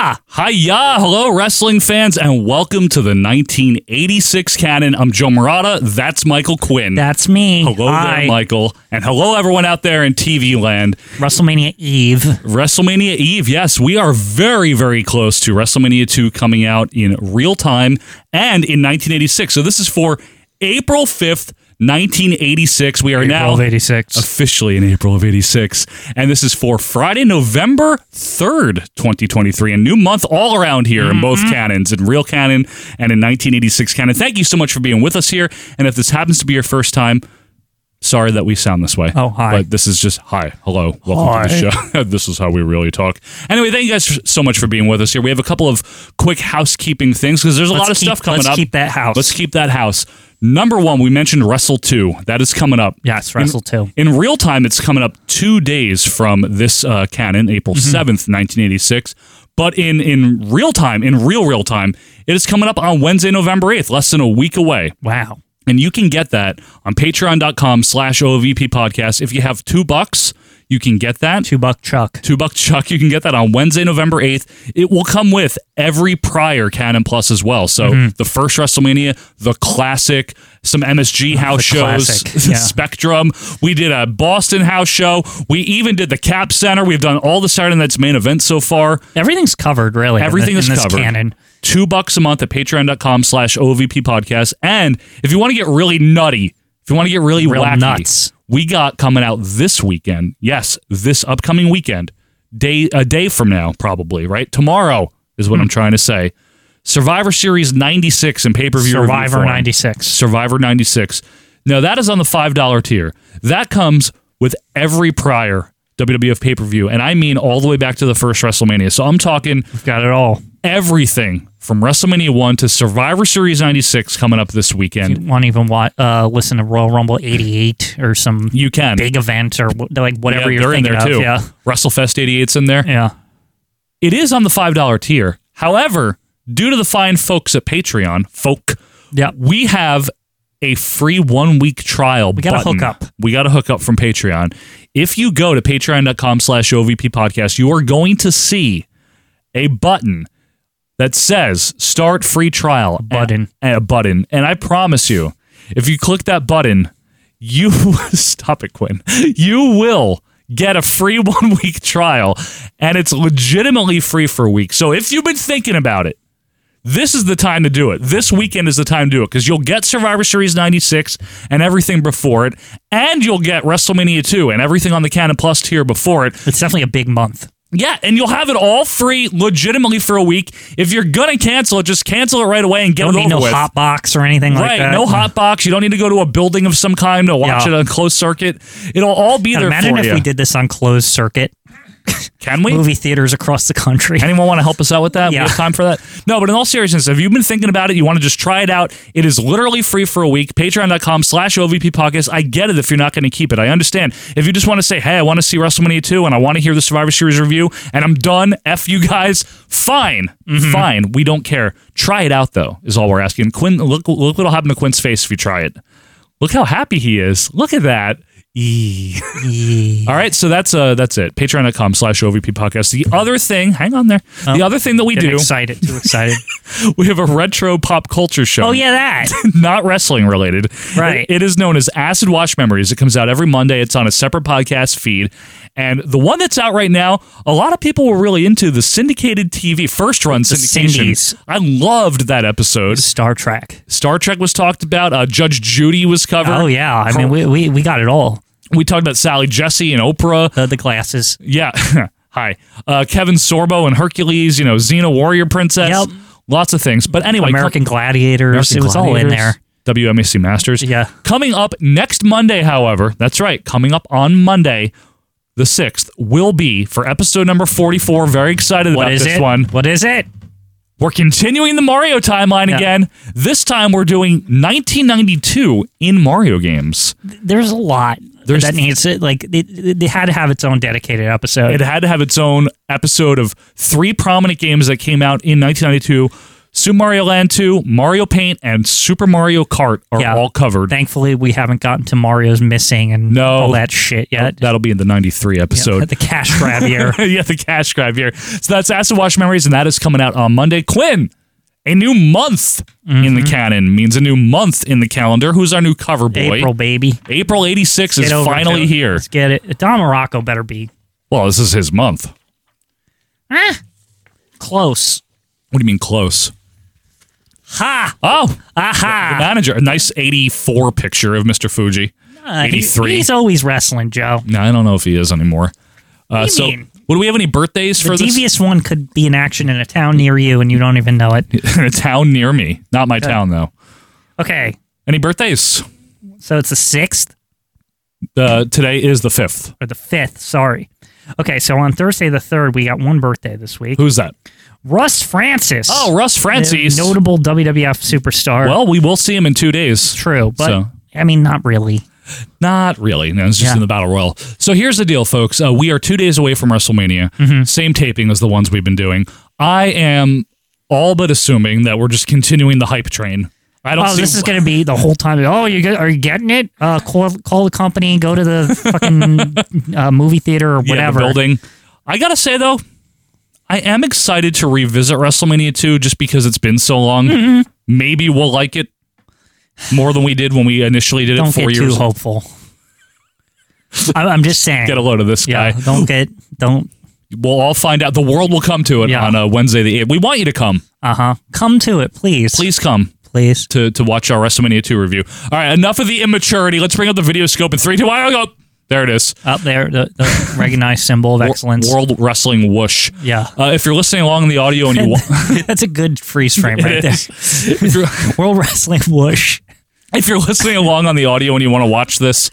Hiya, hello, wrestling fans, and welcome to the 1986 canon. I'm Joe Morata. That's Michael Quinn. That's me. hello Hi. there, Michael, and hello everyone out there in TV land. WrestleMania Eve. WrestleMania Eve, yes, we are very, very close to WrestleMania 2 coming out in real time and in 1986. So this is for April 5th, 1986. We are now April of 86. officially in April of 86. And this is for Friday, November 3rd, 2023. A new month all around here in Mm-hmm. both canons, in real canon and in 1986 canon. Thank you so much for being with us here. And if this happens to be your first time, sorry that we sound this way. Oh, hi. But this is just hi, hello, welcome to the show. this is how we really talk. Anyway, thank you guys so much for being with us here. We have a couple of quick housekeeping things because there's a lot of keep- stuff coming let's up. keep that house. Let's keep that house. Number one, we mentioned Wrestle 2. That is coming up. Yes, Wrestle 2. In real time, it's coming up two days from this uh, canon, April Mm-hmm. 7th, 1986. But in, in real time, in real, real time, it is coming up on Wednesday, November 8th, less than a week away. Wow. And you can get that on patreon.com slash OVP podcast. If you have two bucks, you can get that. Two buck Chuck. Two buck chuck. You can get that on Wednesday, November eighth. It will come with every prior Canon Plus as well. So Mm-hmm. the first WrestleMania, the classic, some MSG house shows, Oh, classic, the yeah. Spectrum. We did a Boston house show. We even did the Cap Center. We've done all the Saturday Night's main events so far. Everything's covered, really. in the- Everything in is this covered. Canon. Two bucks a month at patreon.com slash OVP podcast. And if you want to get really nutty, if you want to get really Real wacky, nuts. we got coming out this weekend. Yes, this upcoming weekend. Day a day from now, probably, right? Tomorrow is Hmm. what I'm trying to say. Survivor Series 96 in pay-per-view review Survivor form. 96. Survivor 96. Now, that is on the $5 tier. That comes with every prior WWF pay per view. And I mean all the way back to the first WrestleMania. So I'm talking Got it all. everything from WrestleMania 1 to Survivor Series 96 coming up this weekend. Want to even wa uh, listen to Royal Rumble 88 or some You can. big event or wh- like Yeah, whatever they're you're in thinking there of. too. Yeah. WrestleFest 88's in there. Yeah. It is on the $5 tier. However, due to the fine folks at Patreon, folk, Yeah. we have a free one week trial. We gotta hook up. We got to hook up from Patreon. If you go to patreon.com slash OVP podcast, you are going to see a button that says start free trial. button. And, and a button. And I promise you, if you click that button, you stop it, Quinn. You will get a free one week trial. And it's legitimately free for a week. So if you've been thinking about it, this is the time to do it. This weekend is the time to do it because you'll get Survivor Series 96 and everything before it, and you'll get WrestleMania 2 and everything on the Canon Plus tier before it. It's definitely a big month. Yeah, and you'll have it all free legitimately for a week. If you're going to cancel it, just cancel it right away and get Don't it need over no with. hot box or anything like Right, that. no hot box. You don't need to go to a building of some kind to watch Yeah. it on closed circuit. It'll all be God, there imagine for if you. we did this on closed circuit Can we? movie theaters across the country. Anyone want to help us out with that? Yeah. We have time for that. No, but in all seriousness, if you've been thinking about it, you want to just try it out. It is literally free for a week. Patreon.com slash OVP podcast. I get it if you're not going to keep it. I understand. If you just want to say, hey, I want to see WrestleMania 2 and I want to hear the Survivor Series review and I'm done, F you guys, fine. Fine. We don't care. Try it out, though, is all we're asking. Quinn, look, look what'll happen to Quinn's face if you try it. Look how happy he is. Look at that. Eee. All right, so that's uh that's it. Patreon.com slash OVP podcast. The other thing, hang on there. Oh. the other thing that we Getting do, excited. Too excited. we have a retro pop culture show. oh, yeah, that. Not wrestling related. Right. It- it is known as Acid Wash Memories. It comes out every Monday. It's on a separate podcast feed. And the one that's out right now, a lot of people were really into the syndicated TV, first run syndication. Cindy's. I loved that episode. Star Trek. Star Trek was talked about. Uh, Judge Judy was covered. Oh yeah, I mean we, we we got it all. Uh, We talked about Sally Jesse and Oprah. The, the glasses. Yeah. Hi. Uh, Kevin Sorbo and Hercules, you know, Xena Warrior Princess. Yep. Lots of things. But anyway, American Gladiators. it was all in there. WMAC Masters. Yeah. Coming up next Monday, however, that's right, coming up on Monday, the 6th, will be for episode number 44. Very excited What about is this it? one. What is it? We're continuing the Mario timeline Yeah. again. This time we're doing 1992 in Mario games. There's a lot There's- that needs it. Like they, they had to have its own dedicated episode. It had to have its own episode of three prominent games that came out in 1992. Super Mario Land 2, Mario Paint, and Super Mario Kart are Yeah. all covered. Thankfully, we haven't gotten to Mario's missing and No. all that shit yet. That'll be in the 93 episode. the cash grab year. yeah, the cash grab here. So that's Acid Wash Memories, and that is coming out on Monday. Quinn, a new month in Mm-hmm. the canon means a new month in the calendar. Who's our new cover boy? April baby. April 86 is Get over finally to it. here. Let's get it. Don Morocco better be Well, this is his month. Ah, close. What do you mean close? Ha! Oh, the Aha! manager. A nice 84 picture of Mr. Fuji. Uh, he- 83. he's always wrestling, Joe. No, I don't know if he is anymore. Uh, you so, mean? what do we have any birthdays The for this? devious one could be in action in a town near you, and you don't even know it. a town near me. Not my town, though. Okay, Any birthdays? so it's the sixth Uh, today is the 5th. or the fifth. Sorry. Okay, so on Thursday the third, we got one birthday this week. Who's that? Russ Francis. Oh, Russ Francis. notable WWF superstar. Well, we will see him in two days. true, but so- I mean, not really. Not really. No, it's just Yeah. in the Battle Royal. So here's the deal, folks. Uh, we are two days away from WrestleMania. Mm-hmm. Same taping as the ones we've been doing. I am all but assuming that we're just continuing the hype train. I don't Oh, see. this is going to be the whole time. Oh, you get, are you getting it? Uh, call call the company, go to the fucking uh, movie theater yeah, or the whatever. building. I gotta say though, I am excited to revisit WrestleMania 2 just because it's been so long. Mm-hmm. Maybe we'll like it more than we did when we initially did it don't four get years. too hopeful. I, I'm just saying. Get a load of this yeah, guy. don't get don't. We'll all find out. The world will come to it Yeah. on uh, Wednesday the 8th. We want you to come. Uh huh. Come to it, please. Please come. please. to to watch our WrestleMania 2 review. All right, enough of the immaturity. Let's bring up the video scope in three, two, one, go. There it is. Up there, the, the recognized symbol of excellence. World Wrestling Whoosh. Yeah. Uh, if you're listening along in the audio and you want, That's a good freeze frame right there. if, you're, World Wrestling Whoosh. if you're listening along on the audio and you want to watch this,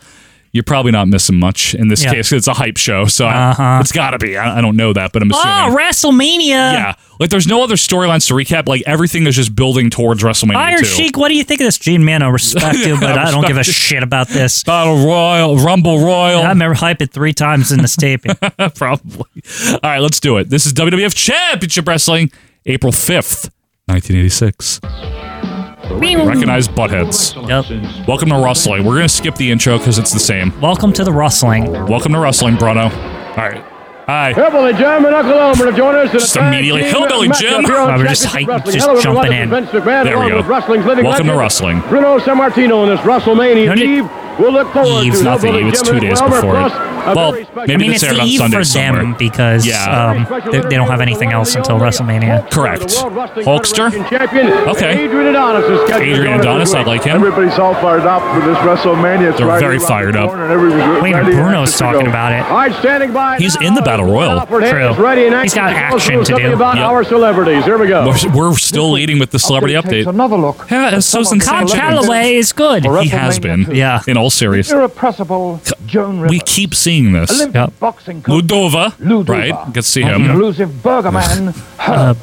you're probably not missing much in this Yeah. Uh-huh. case. 'cause It's a hype show, so I- it's got to be. I, I don't know that, but I'm Oh, assuming. WrestleMania. yeah, like there's no other storylines to recap. Like everything is just building towards WrestleMania. Iron 2. Sheik, what do you think of this? Gene Mano, respect you, but I don't give a shit about this. Battle Royal, Rumble Royal. I remember hype it three times in this taping. Probably. All right, let's do it. This is WWF Championship Wrestling, April 5th, 1986. Recognize buttheads. Yep. Welcome to Wrestling. We're going to skip the intro because it's the same. Welcome to the rustling. Welcome to Wrestling, Bruno. All right. Hi. Hillbilly Jim and Uncle Elmer have joined us in Just a tag immediately, team Hillbilly matchup Jim. here on Wow, we're just hyped, Championship Wrestling. just Hello, jumping everyone. in. This is Vince McMahon, There we along go. with Wrestling's living Welcome to legend, wrestling. Bruno Sammartino in this WrestleMania No need- Eve. We'll look forward Eve, to not the Hillbilly Eve, it's Jim two and days Elmer before it. plus a Well, very special- maybe I mean, It's it's aired the on eve Sunday for somewhere. them because Yeah. um, they, they don't have anything else until WrestleMania. Correct. Hulkster? Champion, Okay. Adrian Adonis is scheduled to Adrian join us Adonis, this I week. like him. Everybody's all fired up for this WrestleMania. It's They're right very around the fired up. corner and everybody's Wait, ready Bruno's to talking go. about it. All right, standing by. He's now in the is Battle Royal. Alfred Hayes, True. Ready and He's acting. got Tell us action to something do. about Yep. our celebrities. Here we go. We're, we're still leading with the celebrity Takes update. another look. Yeah, it's so Todd sensational. Calloway is good. He has been. Yeah. In all serious. Irrepressible Joan We Rivers. keep seeing this. Olympic Yep. boxing coach, Ludova. Ludova. Mm-hmm. Right. Get to see and him. Elusive Burgerman. Herb.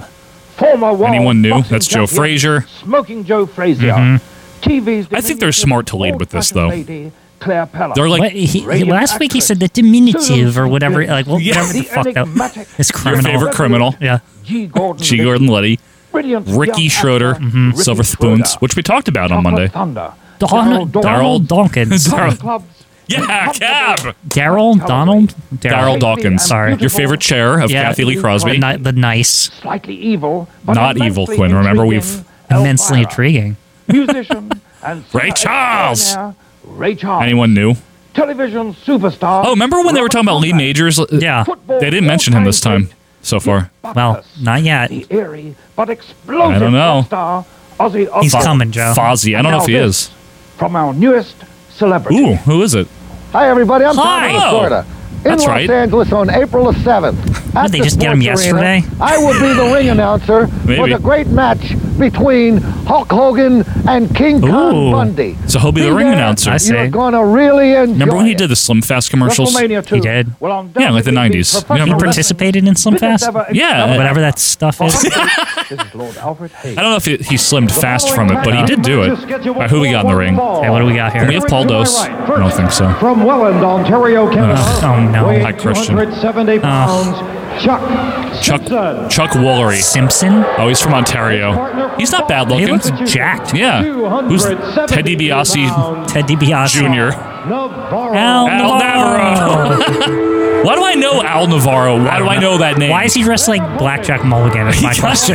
Former world Anyone new? boxing That's Joe champion, Frazier. Mm-hmm. Smoking Joe Frazier. TV's. I think they're smart to lead with this, though. Lady, Claire Pella. They're What, like he, he- last week he said the diminutive or whatever, like well, Yeah. whatever the fuck that, this your criminal. favorite criminal. Yeah, G. Gordon. G. Gordon Liddy. Brilliant Ricky young Schroeder, Mm-hmm. actor, Mm-hmm. Ricky Silver Spoons, Schroeder. which we talked about on Monday. Thunder. Don, Donald Dawkins. Daryl- Clubs. Yeah, Cab. Daryl, Donald, Daryl Dawkins. Sorry. Your favorite chair of Yeah. Kathy Lee The, Crosby. ni- the nice, Slightly evil, but Not evil, immensely Quinn. Remember, intriguing immensely Elvira. intriguing. Musician and Ray singer Charles. extraordinaire, Ray Charles. Anyone new? Television superstar. Oh, remember when they were talking about Lee Majors? Uh, Yeah. They didn't mention him this time so far. Well, not yet. The eerie but explosive I don't know. star Ozzy Osbourne. He's coming, Joe. Fozzie. I don't know if he Now is. this From our newest celebrity. Ooh, who is it? Hi, everybody. I'm Hi. Tom from Oh. Florida. In That's Los right. Angeles on April the 7th. At they the just get 'em Sports Arena, yesterday? I will be the ring announcer for Maybe. the great match between Hulk Hogan and King Ooh. Kong Bundy. So he'll be the ring there. announcer. I see. You're going to really enjoy Remember when he it. did the Slim Fast commercials? WrestleMania 2 He did. will undoubtedly Yeah, like the be 90s. professional Yeah, He remember- wrestling's participated in some biggest fast, ever Yeah. whatever that stuff is. This is Lord Alfred Hayes. I don't know if he, he slimmed fast from it, but he did do it. All right, who we got in the ring? Okay, what do we got here? Can we have Paul Dose? I don't think so. Uh, From Welland, Ontario, Canada. oh no. weighing Hi, Christian. 270 pounds, Chuck Uh, Chuck Simpson. Chuck Woolery. Simpson? Oh, he's from Ontario. He's not bad looking. He looks jacked. Yeah. Who's Ted DiBiase Ted DiBiase. Jr.? Navarro. Al Al Navarro. Why do I know Al Navarro? Why do I know that name? Why is he dressed like Blackjack Mulligan? Is my question.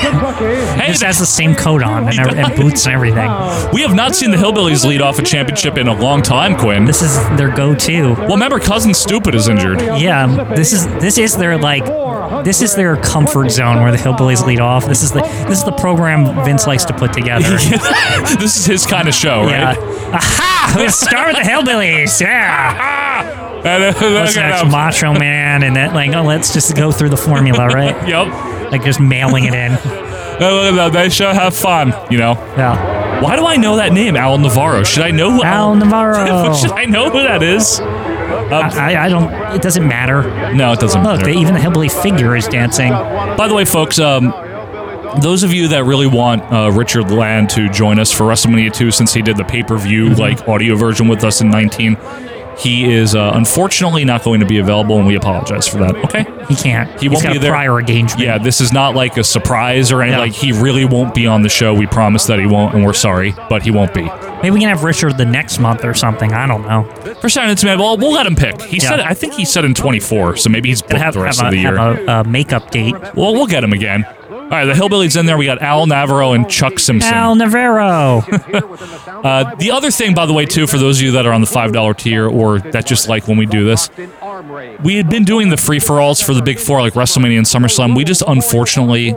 Hey, Just that- has the same coat on and, ev- and boots and everything. we have not seen the Hillbillies lead off a championship in a long time, Quinn. This is their go-to. Well, remember, cousin Stupid is injured. Yeah, this is this is their like this is their comfort zone where the hillbillies lead off. This is the this is the program Vince likes to put together. this is his kind of show, Yeah. right? Aha! Let's start with the hillbillies. Yeah. And, uh, What's look at next? him. Macho Man and that like oh, let's just go through the formula, right? Yep. Like just mailing it in. Uh, Look at that. They should have fun, you know. Yeah. Why do I know that name, Al Navarro? Should I know who Al Navarro. Should I know who that is? I, I don't. It doesn't matter. No, it doesn't Look, matter. they, even the hillbilly figure is dancing. By the way, folks, um, those of you that really want uh, Richard Land to join us for WrestleMania 2, since he did the pay per view Mm-hmm. like audio version with us in 19, he is uh, unfortunately not going to be available, and we apologize for that. Okay. He can't. He He's won't got be a there. prior engagement. Yeah, this is not like a surprise or anything. No. Like he really won't be on the show. We promise that he won't, and we're sorry, but he won't be. Maybe we can have Richard the next month or something. I don't know. For Saturday Night's Man, well, we'll let him pick. He Yeah. said, I think he said in 24, so maybe he's booked have, the rest of have a, the year. have a, a makeup date. Well, we'll get him again. All right, the hillbillies in there. We got Al Navarro and Chuck Simpson. Al Navarro. Uh, the other thing, by the way, too, for those of you that are on the five dollar tier or that just like when we do this, we had been doing the free for alls for the big four like WrestleMania and SummerSlam. We just unfortunately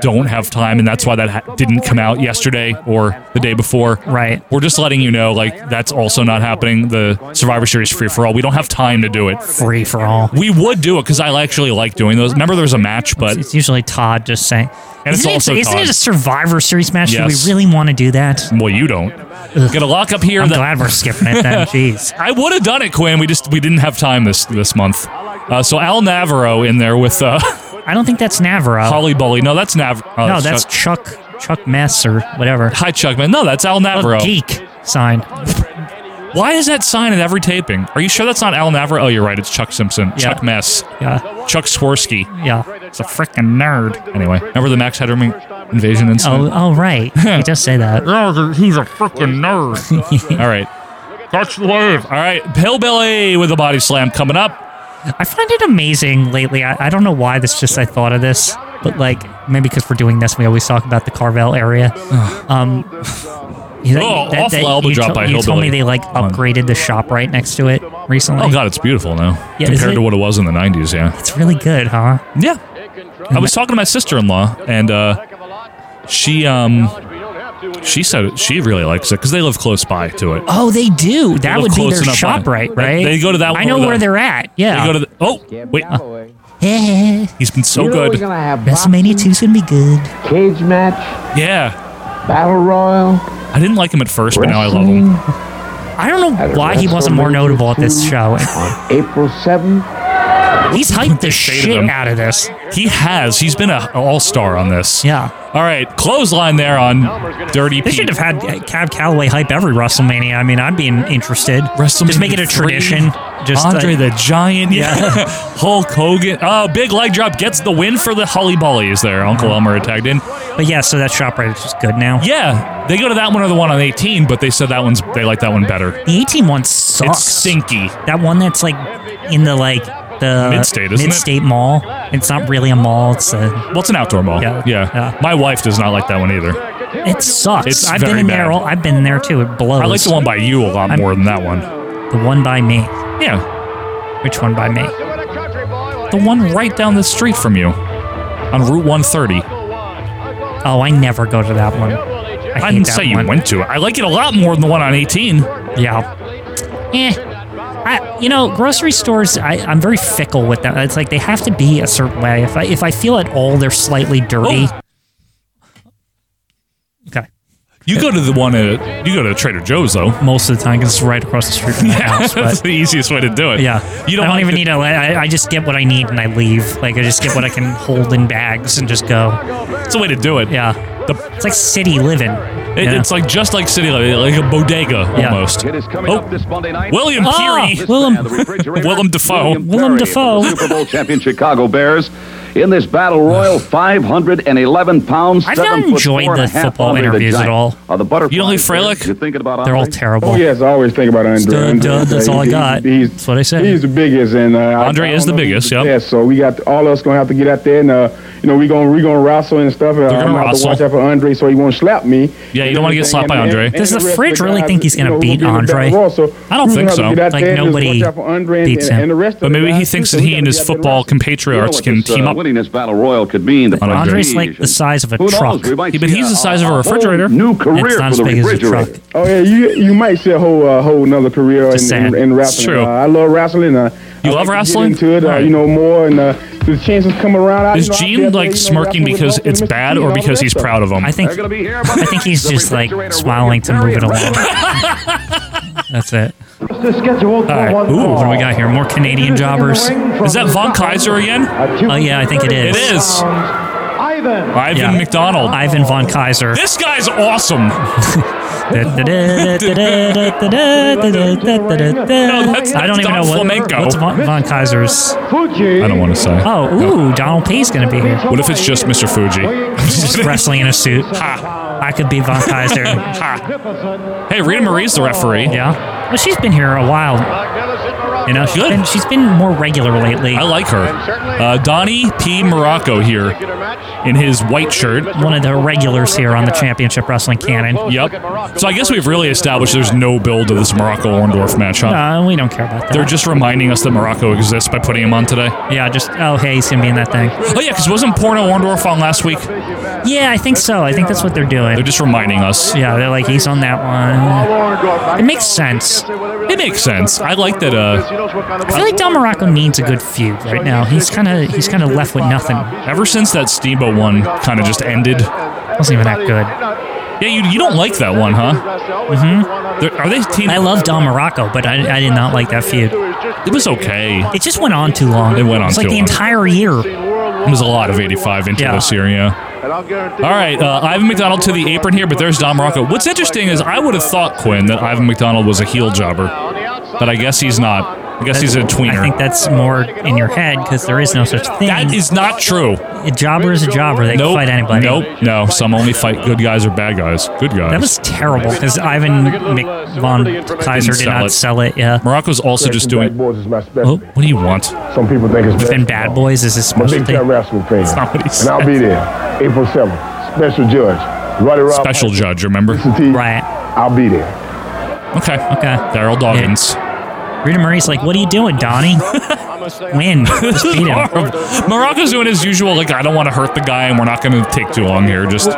don't have time, and that's why that ha- didn't come out yesterday or the day before. Right. We're just letting you know, like that's also not happening. The Survivor Series free for all. We don't have time to do it. Free for all. We would do it because I actually like doing those. Remember, there was a match, but It's usually Todd just saying. And it's isn't also it, isn't Todd. it a Survivor Series match? Yes. Do we really want to do that? well, you don't. Gonna lock up here. I'm that- glad we're skipping it then. Jeez. I would have done it, Quinn. We just we didn't have time this this month. Uh, so Al Navarro in there with uh, I don't think that's Navarro. Holly Bully. No, that's Nav. Uh, no, that's Chuck. Chuck. Chuck Mess or whatever. Hi Chuckman. No, that's Al Navarro. Geek sign. Why is that sign in every taping? Are you sure that's not Al Navarro? Oh, you're right. It's Chuck Simpson. Chuck Mess. Yeah. Chuck Swirsky. Yeah. It's a freaking nerd. Anyway, remember the Max Headroom invasion Oh, incident? oh right. he does say that. he's a freaking Oh. nerd. All right. That's live. All right. Hillbilly with a body slam coming up. I find it amazing lately. I, I don't know why this just I thought of this, but like maybe because we're doing this, we always talk about the Carvel area. um, you Oh, awful elbow you drop to- by you told Hillbilly. me they like upgraded the shop right next to it recently. Oh, God, it's beautiful now Yeah, is compared it? to what it was in the 90s. Yeah. it's really good, huh? Yeah. I was talking to my sister-in-law and uh she um she said she really likes it because they live close by to it. Oh, they do. They That live would be close their enough shop by- right, They- right? they go to that I one know over where there. they're at. They go Yeah. to the, oh wait, he's been so you know good. We're gonna have WrestleMania 2's gonna be good. boxing, cage match, Yeah, battle royal. I didn't like him at first, but now I love wrestling him. I don't know why he wasn't more WrestleMania notable at this 2 show. on April seventh. He's hyped the Shaded shit him. out of this. He has. He's been a an all-star on this. Yeah. All right, clothesline there on Dirty They Pete. should have had uh, Cab Calloway hype every WrestleMania. I mean, I'd be in- interested. Just make it a WrestleMania three, tradition. Just Andre uh, the Giant, yeah. Hulk Hogan. Oh, big leg drop gets the win for the Holly Bollies there. Uncle Elmer tagged in. but yeah, so that shop right is just good now. Yeah, they go to that one or the one on 18, but they said that one's they like that one better. The 18 one sucks. It's stinky. That one that's like in the like the Mid-state, isn't it? mid-state mall. It's not really a mall. It's a, Well, it's an outdoor mall. Yeah, yeah. My wife does not like that one either. it sucks. It's I've very been in bad. there. All, I've been there too. It blows. I like the one by you a lot I'm- more than that one. The one by me. Yeah, Which one by me? the one right down the street from you on Route 130. Oh, I never go to that one. I, I hate didn't that say you one. went to it. I like it a lot more than the one on 18. Yeah. Eh. I, you know, grocery stores. I, I'm very fickle with them. It's like they have to be a certain way. If I Oh. if I feel at all they're slightly dirty. Okay. You go to the one at you go to Trader Joe's though. most of the time because it's right across the street from my house. that's But the easiest way to do it. yeah, you don't, I don't even need need a. I, I just get what I need and I leave. Like I just get what I can hold in bags and just go. It's a way to do it. Yeah, it's like city living. It, yeah. It's like just like city life, like a bodega Yeah. almost. It is coming Oh. up this Monday night. William Ah, Peary. Willem. And the refrigerator, Willem Dafoe. Willem Perry of Dafoe. the Super Bowl champion Chicago Bears. In this battle royal, 511 pounds. I've not seven foot enjoyed four and the a half football Andre the interviews at Giant. all. Are the butterflies You don't like there? Freilich? You thinking about They're all Andre? terrible. Oh yes, I always think about Andre. Duh, Andre, duh, that's all I he's- got. He's, That's what I said. He's the biggest, and uh, I- Andre I is don't the know biggest, who's the yep. best, so we got all of us gonna have to get out there, and uh, you know we gonna we gonna wrestle and stuff. and They're I'm gonna gonna have to wrestle. watch out for Andre, so he won't slap me. Yeah, you don't wanna get And- slapped by and- Andre. and- and Does the rest of fridge really guys, think he's gonna you know, beat who will be the Andre? better wall, so I don't we're think gonna have to so. get out Like, there and just nobody watch out for Andre and- beats him. and the rest of But the maybe he guys, thinks too, that so he we and gotta his get out there and football wrestle. compatriots You know can what this, team uh, up. Winning this battle royal could mean the But Andre's prestige like the and- size of a Who knows? truck. We might Yeah, but see he's a- the size of a whole refrigerator. New And career it's not as for the big as a refrigerator. truck. Oh yeah, you you might see a whole uh, whole another career Just in, in, saying. in wrestling. It's true. Uh, I love wrestling. Uh, You I love like to get wrestling? into it, uh, Right. you know more, and uh, the chances come around. I, Is you know, I'll be out Gene there, you like know, smirking wrestling with because Dolphin, it's Mr. bad Gene, or all the because rest he's of them. proud of him? I think They're gonna be here I think he's just like smiling to move it along. That's it. scheduled for All right. one Ooh, fall. What do we got here? More Canadian jobbers. Is that Von Kaiser again? Oh yeah, I think it It is. is. Ivan. Ivan Yeah. McDonald. Ivan von Kaiser. This guy's awesome. I don't even know Don what Flamenco. what's von, von Kaiser's. Fuji. I don't want to say. Oh, ooh, Donald P's gonna be here. What if it's just Mr. Just Fuji? wrestling in a suit. Ha. I could be von Kaiser. hey, Rita Marie's the referee. Yeah. Well, she's been here a while. You know, she's Oh, Good. been, she's been more regular lately. I like her. Uh, Donnie P. Morocco here in his white shirt. One of the regulars here on the Championship Wrestling Oh, Canon. Yep. So I guess we've really established there's no build to this Morocco Orndorff match, huh? Uh, we don't care about that. They're just reminding us that Morocco exists by putting him on today. yeah, just oh hey, he's gonna be in that thing. Oh yeah, because wasn't Porno Orndorff on last week? Yeah, I think so. I think that's what they're They're doing. just reminding us. Yeah, they're like he's on that one. It makes sense. It makes sense. I like that. Uh, I feel like Don Morocco needs a good feud right now. He's kind of he's kind of left with nothing. ever since that Steamboat one kind of just ended. Wasn't even that good. Yeah, you, you don't like that one, huh? Mm-hmm. They're- are they team? I love Don Morocco, but I, I did not like that feud. It was okay. It just went on too long. It went on It's like too the long. entire year. It was a lot of 85 into Yeah. this year, yeah. All right, uh, Ivan McDonald to the apron here, but there's Don Morocco. What's interesting is I would have thought, Quinn, that Ivan McDonald was a heel jobber, but I guess he's not. I guess he's a tweener. I think that's more in your head because there is no such thing. that is not true. a jobber is a jobber. They nope. can fight anybody. Nope. No. Some only fight good guys or bad guys. Good guys. That was terrible because Ivan Mc- von Kaiser Didn't did sell not it. sell it. Yeah. Morocco's also just Bad doing. Boys is my Oh, specialty. What do you want? Some people think it's within Bad Boys is his I'm a big specialty. time wrestling fan, not what he and I'll be there April 7th. Special judge, Roddy Rob. Special judge, remember? Right. I'll be there. Okay. Okay. Daryl Dawkins. Rita Marie's like, "What are you doing, Donnie? Win. Just beat him." Morocco's doing his usual, like, I don't want to hurt the guy and we're not going to take too long here. Just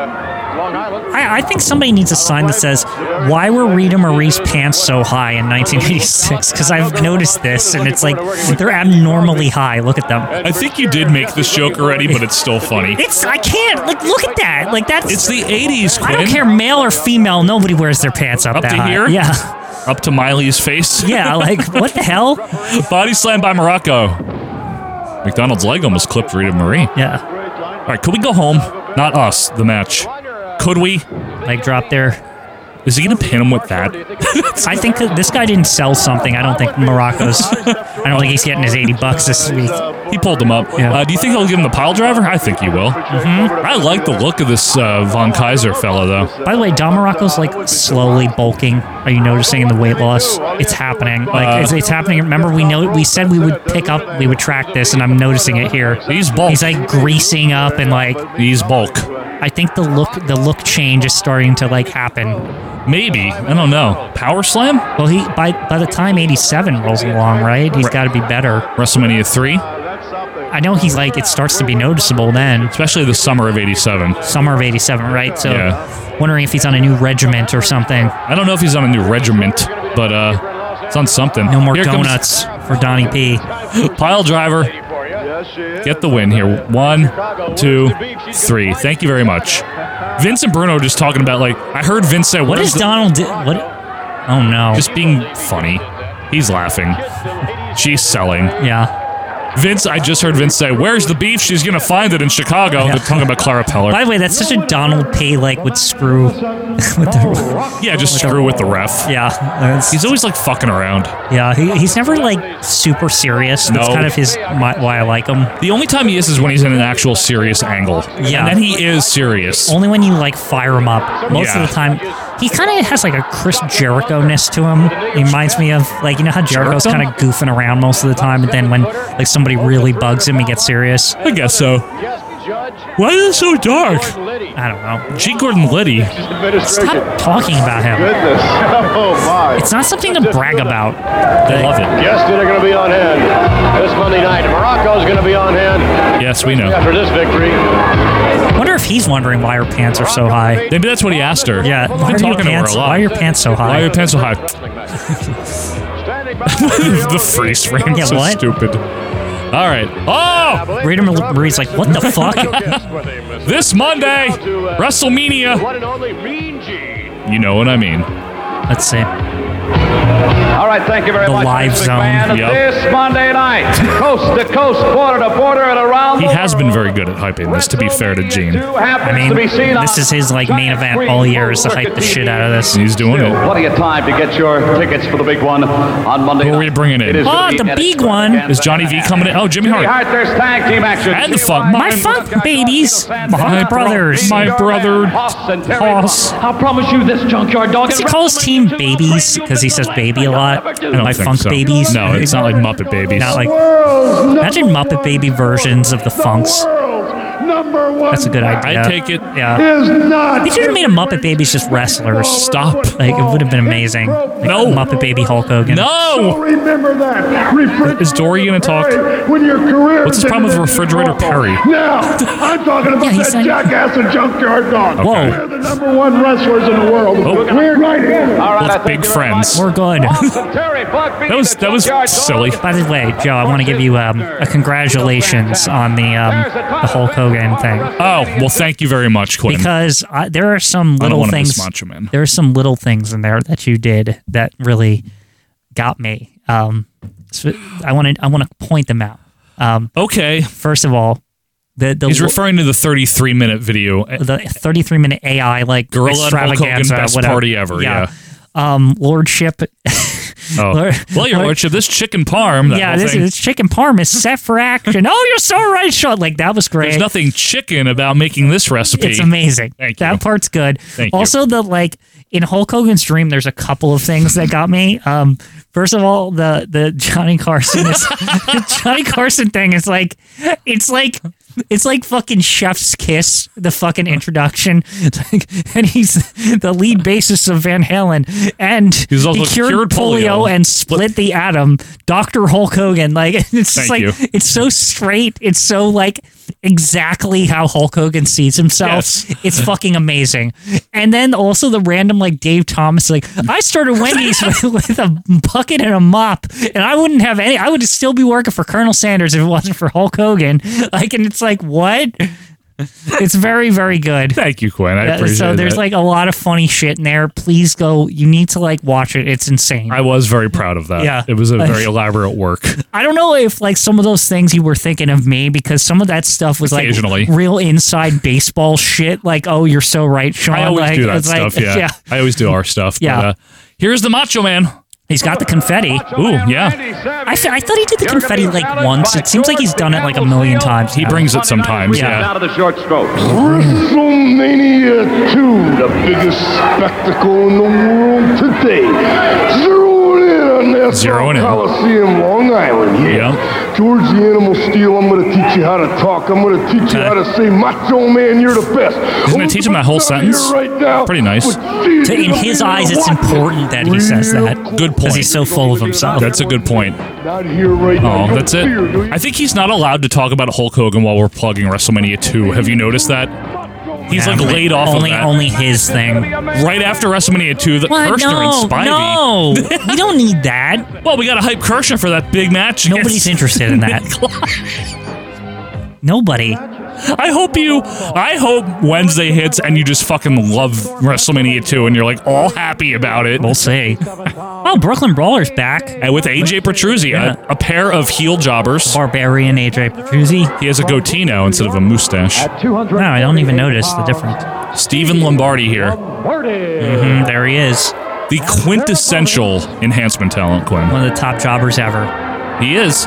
I, I think somebody needs a sign that says, "Why were Rita Marie's pants so high in 1986?" Because I've noticed this, and it's like they're abnormally high. Look at them. I think you did make this joke already, but it's still funny. It's I can't like look at that. Like that's It's the 80s, I Quinn. don't care, male or female. Nobody wears their pants up, Up that to high. here? Yeah, Up to Miley's face. yeah. Like what the hell? Body slam by Morocco. McDonald's leg almost clipped Rita Marie. Yeah, All right, could we go home? Not us, the match. Could we? like drop there. Is he going to pin him with that? I think that this guy didn't sell something. I don't think Morocco's. I don't think he's getting his 80 bucks this week. He pulled him up. Yeah. Mm-hmm. Uh, do you think he'll give him the pile driver? I think he will. I like the look of this uh, Von Kaiser fella, though. By the way, Don Morocco's like slowly bulking. Are you noticing in the weight loss? It's happening. Like Uh, it's, it's happening. Remember, we know we said we would pick up, we would track this, and I'm noticing it here. He's bulk. He's like greasing up, and like He's bulk. I think the look, the look change is starting to like happen. Maybe. I don't know. Oh, Power slam? Well, he by by the time 87 rolls along, right? He's got to be better. WrestleMania 3, I know he's like it starts to be noticeable then. especially the summer of 87. summer of 87, right? So Yeah. wondering if he's on a new regiment or something. I don't know if he's on a new regiment, but uh, it's on something. No more Here comes donuts for Donnie P. Pile driver. Get the win here. One, two, three. Thank you very much. Vince and Bruno are just talking about like I heard Vince say, What is Donald? Di- what? Oh no. Just being funny. He's laughing. She's selling. yeah. Vince, I just heard Vince say, "Where's the beef? She's gonna find it in Chicago." They're talking about Clara Peller. By the way, that's such a Donald P. Like with screw. with the, yeah, just screw with the ref. yeah. that's- He's always like fucking around. yeah. He, he's never like super serious. That's No. kind of his my, why I like him. The only time he is is when he's in an actual serious angle. Yeah. and then he is serious. Only when you like fire him up. Most Yeah. of the time, he kind of has like a Chris Jericho ness to him. He reminds me of like you know how Jericho's Jericho? kind of goofing around most of the time, but then when like somebody really bugs him, he gets serious. I guess so. Judge Why is it so dark? Liddy. I don't know. G. Gordon Liddy. Stop talking about him. Goodness. Oh, my. It's not something to brag about. I love it. Yes, they're going to be on hand this Monday night. Morocco's going to be on hand Yes, we know. after this victory. Wonder if he's wondering why her pants are so high. Maybe that's what he asked her. Yeah, I've why been are, your talking to her pants, a lot. why are your pants so Why are high? your pants so high? the freeze frame Yeah, so what? stupid. All right. Oh, Read him, Marie's like, what the fuck? this Monday, WrestleMania. One and only Mean Gene. You know what I mean. Let's see. All right, thank you very The much. live Vince zone. McMahon. Yep. This Monday night, coast to coast, border to border, and around. He the has been world. very good at hyping this. To be fair to Gene, I mean, this is his like main event all year is to hype the shit out of this. he's doing it. Plenty of time to get your tickets for the big one on Monday. Who are we night. bringing in? It is Oh, gonna be the at big Express one. again. Is Johnny V coming in? Oh, Jimmy Jimmy Hart. Hart, there's tag team action. And the fun. My fun babies, my brothers. My brother, Hoss. Hoss. I promise you this, junkyard dog. Does he call his team babies because he says baby a lot? I don't My think funk so. babies. No, it's not like Muppet Babies. Not like imagine Muppet Baby versions of the Funks. number one. That's a good idea. I take it. Yeah. Is not. They should have made a Muppet Babies just wrestlers. Stop. Like it would have been amazing. Like, No. Muppet Baby Hulk Hogan. So No. remember that. Refrigerator Is Dory gonna talk? Perry, When your career What's his problem with Refrigerator Perry? Now, I'm talking about Yeah, he's that like- jackass and junkyard dog. Okay. We're the number one wrestlers in the world. Oh. We're right here. All right, I Both thank big you very much. friends. We're good. That That was that was silly. By the way, Joe, I want to give you um, a congratulations on the um, the Hulk Hogan thing Oh well, thank you very much, Quinn. because I, there are some I don't little want to miss things. Macho Man. There are some little things in there that you did that really got me. Um, so I want to I want to point them out. Um, Okay, first of all, the the he's referring to the 33 minute video. Uh, the 33 minute AI like Gorilla and Hulk Hogan, extravaganza, best whatever. party ever, Um, lordship. Oh. Lord- well, your Lord- lordship, this chicken parm. That yeah, whole this, thing, this chicken parm is set for action. oh, you're so right, Sean. Like that was great. There's nothing chicken about making this recipe. It's amazing. Thank that you. part's good. Thank you. also, the like in Hulk Hogan's dream, there's a couple of things that got me. Um, first of all, the the Johnny Carson is the Johnny Carson thing is like it's like it's like fucking Chef's Kiss, the fucking introduction. It's like- and he's the lead bassist of Van Halen, and He's also he cured, cured polio. polio, and split the atom. Doctor Hulk Hogan, like it's just Thank like you. it's so straight. It's so like exactly how Hulk Hogan sees himself. Yes. It's fucking amazing. And then also the random like Dave Thomas, like I started Wendy's with, with a bucket and a mop, and I wouldn't have any. I would still be working for Colonel Sanders if it wasn't for Hulk Hogan. Like, and it's like what? It's very very good. Thank you, Quinn. I Uh, appreciate so there's that. like a lot of funny shit in there. Please go. You need to like watch it. It's insane. I was very proud of that. Yeah. It was a Like- very elaborate work. I don't know if like some of those things you were thinking of me because some of that stuff was like Occasionally. real inside baseball shit. Like, oh, you're so right, Sean. I always like, do that it's like- stuff. yeah. I always do our stuff. Yeah. But, uh, here's the Macho Man. he's got the confetti. Ooh, yeah. I, fe- I thought he did the confetti like once. It seems like he's done it like a million times. He now. brings it sometimes. Yeah. Yeah. Out of the short strokes. WrestleMania 2, the biggest spectacle in the world today. Zero in on that Zeroing in. Coliseum, Long Island. Yeah. Yep. George the Animal Steel, I'm going to teach you how to talk. I'm going to teach you Okay. how to say, Macho Man, you're the best. Isn't it teach him that whole sentence? Right now, Pretty nice. but geez, To- in his eyes, it's important that he says that. Good Because point. he's so full of himself. That's a good point. Not here right now. Oh, Don't that's it. fear, do you? I think he's not allowed to talk about Hulk Hogan while we're plugging WrestleMania 2. Have you noticed that? He's like laid off only, of that. Only his thing. Right after WrestleMania 2, the What? Kirshner No, and Spivey. no. we don't need that. Well, we got to hype Kirshner for that big match. against- Nobody's interested in that. Nobody. I hope you. I hope Wednesday hits and you just fucking love WrestleMania 2 and you're like all happy about it. We'll see. oh, Brooklyn Brawler's back. And with AJ Petruzzi, Yeah. a, a pair of heel jobbers. Barbarian AJ Petruzzi. He has a goatee now instead of a mustache. No, I don't even notice the difference. Stephen Lombardi here, Mm-hmm. Mm, there he is. the quintessential enhancement talent, Quinn. One of the top jobbers ever. He is.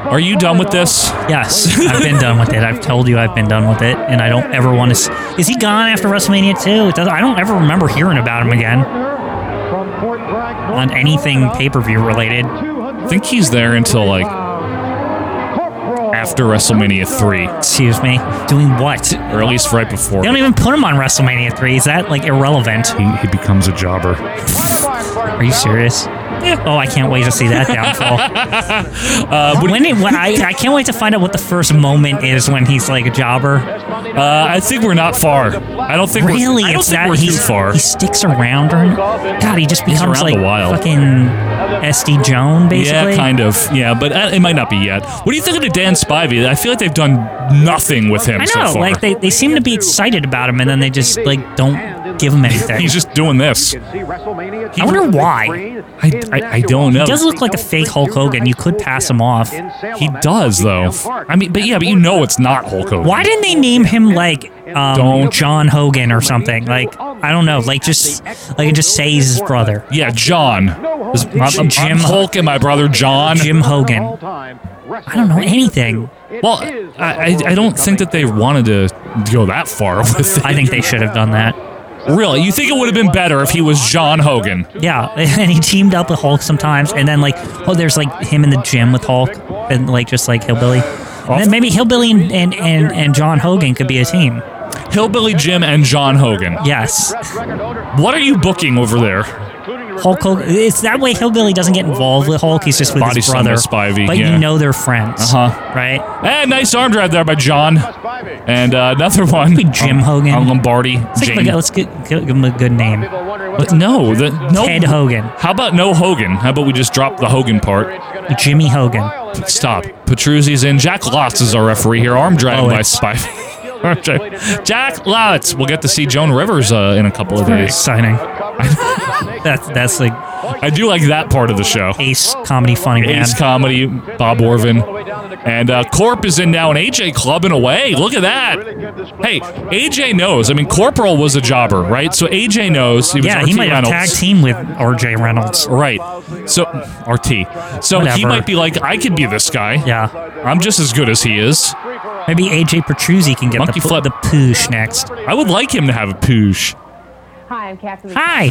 Are you done with this? Yes, I've been done with it. I've told you I've been done with it, and I don't ever want to. S- is he gone after WrestleMania 2? It does- I don't ever remember hearing about him again on anything pay per view related. I think he's there until like after WrestleMania 3, Excuse me. Doing what? or at least right before. They don't even put him on WrestleMania 3. Is that like irrelevant? He, he becomes a jobber. Are you serious? Oh, I can't wait to see that downfall. Uh, when it, when I, I can't wait to find out what the first moment is when he's like a jobber. uh, I think we're not far. I don't think Really, we're, I don't it's think that we're too he's, far. He sticks around. During, God, he just becomes around like a while. fucking SD Joan, basically. Yeah, kind of. Yeah, but uh, it might not be yet. What do you think of the Dan Spivey? I feel like they've done nothing with him I so know. far. like they, they seem to be excited about him, and then they just like don't give him anything. He's just doing this. I wonder why. I, I, I don't know. He does look like a fake Hulk Hogan. You could pass him off. He does, though. I mean, but yeah, but you know it's not Hulk Hogan. Why didn't they name him like um, Don't. John Hogan or something? Like I don't know. Like just like just say he's his brother, Yeah, John. Is- I'm, I'm Jim- Hulk and my brother John. Jim Hogan. I don't know anything. Well, I, I, I don't think that they wanted to go that far with it. I think they should have done that. Really? You think it would have been better if he was John Hogan? Yeah, and he teamed up with Hulk sometimes, and then like oh, there's like him in the gym with Hulk, and like just like hillbilly. And then maybe hillbilly and, and, and, and John Hogan could be a team. Hillbilly Jim and John Hogan. Yes, What are you booking over there? Hulk Hogan. It's that way hillbilly doesn't get involved with Hulk. He's just with Body his brother. slam Spivey, but yeah. you know they're friends, Uh-huh. right? Eh, nice arm drive there by John. And uh, another one. Be Jim on- Hogan. On Lombardi. Let's, think of a Jane. good- let's get, give him a good name. But no, the, no. Ted Hogan, How about no Hogan? How about we just drop the Hogan part? Jimmy Hogan. Stop. Petruzzi's in. Jack Lotz is our referee here. Arm drag Oh, by it's- Spivey. Arm drag. Jack Lotz. We'll get to see Joan Rivers uh, in a couple of Very days. exciting. that's that's like I do like that part of the show. ace comedy funny man. Ace Comedy, Bob Orvin. And uh, Corp is in now, and AJ clubbing away. Look at that. Hey, AJ knows. I mean, Corporal was a jobber, right? So AJ knows. He was yeah, RT he might have Reynolds. tag team with R.J. Reynolds. Right. So, RT. So he Whatever. might be like, I could be this guy. Yeah, I'm just as good as he is. maybe AJ Petruzzi can get Monkey the flip. the poosh next. I would like him to have a poosh. Hi, I'm Captain. Hi,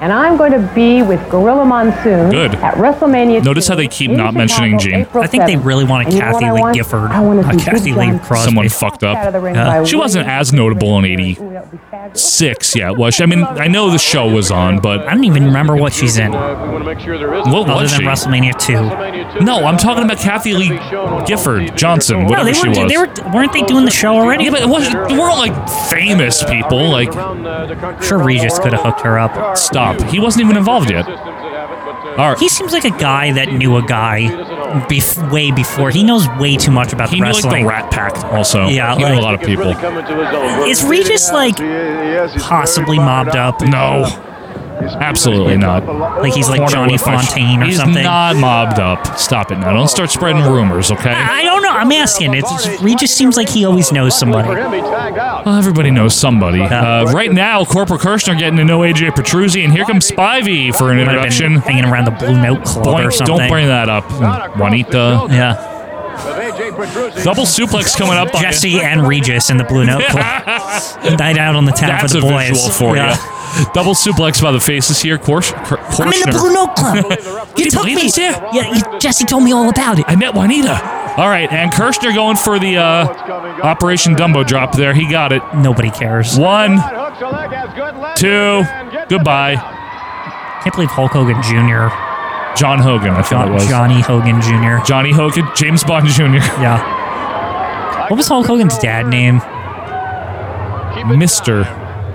And I'm going to be with Gorilla Monsoon Good. at WrestleMania. Notice how they 2 keep in not mentioning Chicago, Gene. April I think they 7th. really wanted And you know Kathy what I Lee want? Gifford, I want uh, to see Kathy Big Lee John Crosby. Someone fucked out of up. the ring Yeah. by She wasn't William as notable in Regal. 80. Ooh, that would be fabulous. Six, yeah, was she? I mean, I know the show was on, but I don't even remember what she's in other what than was she? WrestleMania two. No, I'm talking about Kathy Lee Gifford Johnson, No, whatever they she weren't. was. They were weren't they doing the show already? yeah, but it wasn't, they weren't like famous people. Like, sure, Regis could have hooked her up. stop. He wasn't even involved yet. All right. He seems like a guy that knew a guy bef- way before. He knows way too much about He the knew like wrestling. the Rat Pack also. Yeah, he knew a like- lot of people. Is Regis like possibly mobbed up? No, absolutely not. Like he's like Corner Johnny whip, I should- Fontaine or He's something. not mobbed up. Stop it now. Don't start spreading rumors, okay? I I don't know. I'm asking. It's, it's Regis seems like he always knows somebody. Well, everybody knows somebody. Yeah. Uh, right now, Corporal Kirshner getting to know AJ Petruzzi, and here comes Spivey for an Might have been introduction. hanging around the Blue Note Club or Boink, something. don't bring that up, Juanita. yeah, Double suplex coming up. on you. Jesse and Regis in the Blue Note Club. Night out on the town That's for a the boys. visual for Yeah. you. Double suplex by the faces here. Korsh, Kor- Korshner. I'm in the Blue Note Club. you you took believe me. he's there? Yeah, you, Jesse told me all about it. I met Juanita. All right, and Kirshner going for the uh, Operation Dumbo drop there. He got it. Nobody cares. One, two, goodbye. Can't believe Hulk Hogan Jr. John Hogan, I thought it John, was. Johnny Hogan Jr. Johnny Hogan, James Bond Jr., Yeah. What was Hulk Hogan's dad name? Mr.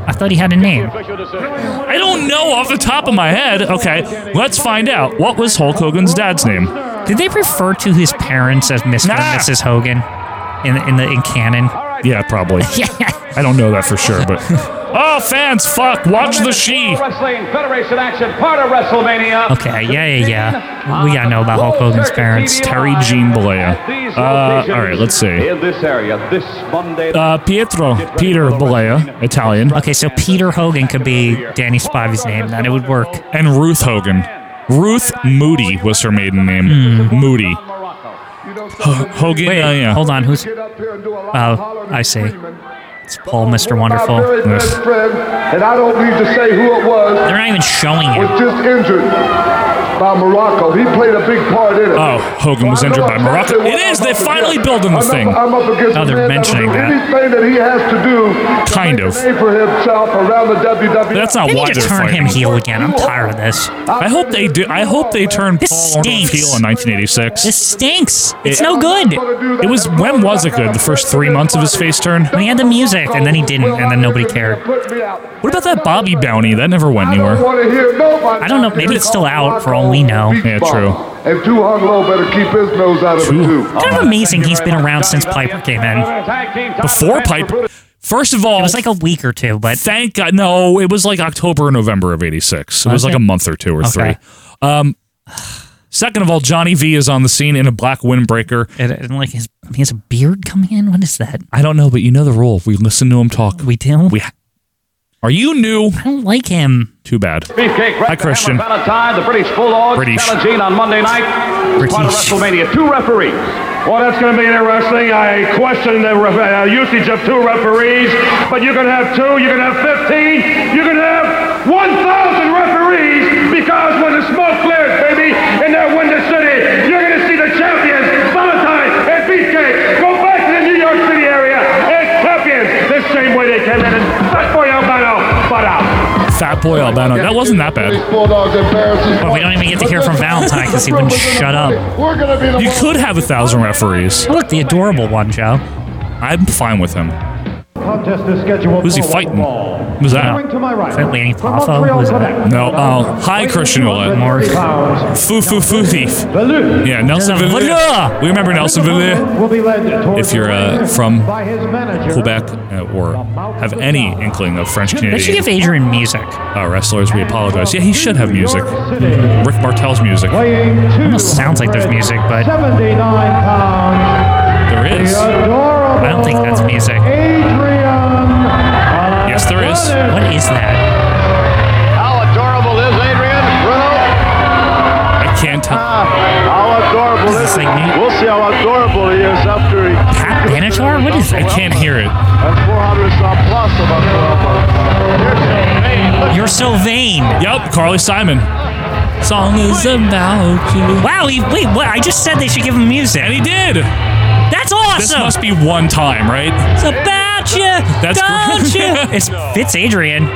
I thought he had a name. I don't know off the top of my head. Okay, let's find out. What was Hulk Hogan's dad's name? Did they refer to his parents as Mr. Nah. and Mrs. Hogan? in in the in canon. Yeah, probably. I don't know that for sure, but. Oh, fans, fuck, watch the she. Wrestling Federation action, part of WrestleMania. Okay, yeah, yeah, yeah. We gotta know about Hulk Hogan's parents. Terry Jean Balea. Uh, all right, let's see. In this area, this Monday. Uh, Pietro, Peter Balea, Italian. Okay, so Peter Hogan could be Danny Spivey's name, then it would work. And Ruth Hogan. Ruth Moody was her maiden name. Moody. Ho- Hogan, Hmm. Wait, uh, yeah. hold on, who's Oh, I see. it's Paul, Mr. Wonderful? My very best friend, and I don't need to say who it was, They're not even showing was it. just injured by Morocco. He played a big part in it. Oh, Hogan was I know injured by I'm Morocco. exactly It what is. I'm They're up against. finally building the I'm up- thing. I'm up against Oh, a they're man mentioning will do that. Anything that he has to do to Kind make a of. name for himself around the E. WWE. That's not They why need to they're turn fighting. him heel again. I'm tired of this. I hope they do. I hope they turn This Paul Orndorff stinks. heel in 1986. This stinks. It's It- no good. It was when was it good? The first three months of his face turn. When he had the music, and then he didn't, and then nobody cared. What about that Bobby Bounty? That never went I anywhere. don't, wanna hear nobody I don't know, maybe it's still out for all we know. Yeah, true. And Tu Hung Lo better keep his nose out of it Tu- too. Kind of amazing he's been around since Piper came in. Before Piper. First of all, It was like a week or two, but thank God. No, it was like October or November of '86. It was Okay. like a month or two or three. Okay. Um, second of all, Johnny V is on the scene in a black windbreaker. and, and like his, he has a beard coming in. What is that? I don't know, but you know the rule. We listen to him talk. We do. We. Are you new? I don't like him. Too bad. Beefcake, Bret Hi, the Christian. Hammer Valentine, the British Bulldog, British. challenging on Monday night. British. Part of British. WrestleMania. Two referees. Well, that's going to be interesting. I question the ref- uh, usage of two referees, but you can have two, you can have 15, you can have 1,000 referees because when the smoke clears, baby, in that Windy City, you're going to see the champions, Valentine and Beefcake, go back to the New York City area as champions the same way they came in. And Fat Boy Albano, butt out. Fat boy Albano. That wasn't that bad. Well, we don't even get to hear from Valentine because he wouldn't shut up. We're going to be the You could have a thousand referees. Oh, look, the adorable one, Joe. I'm fine with him. Contest is scheduled Who's he for fighting? one ball. Who's that? Going to my right. Is that Lanny Poffo? Who is that? No. Oh, hi, Christian Willett. More. Foo Foo Foo Thief. Yeah, Nelson Nelson Villiers. Villiers. We remember Nelson Villiers. Will be led towards If you're uh, from by his manager. Quebec uh, or have any inkling of French They should give Canadian Adrian music. uh, wrestlers, we apologize. Yeah, he should have music. Rick Martel's music. Almost sounds like there's music, but I 79 pounds. There is. Adorable. don't think that's music. Adrian. Yes, there is. What is that? How adorable is Adrian? I can't tell. How adorable Is this like new? We'll see how adorable he is after he. Pat Benatar? What is I that? can't hear it. And 400 some plus of adorable. You're so vain. Yup, Carly Simon. Song is about you. Wow. He, wait. What? I just said they should give him music. And he did. That's This awesome. must be one time, right? It's about you. That's don't great. you? It's Fitz Adrian.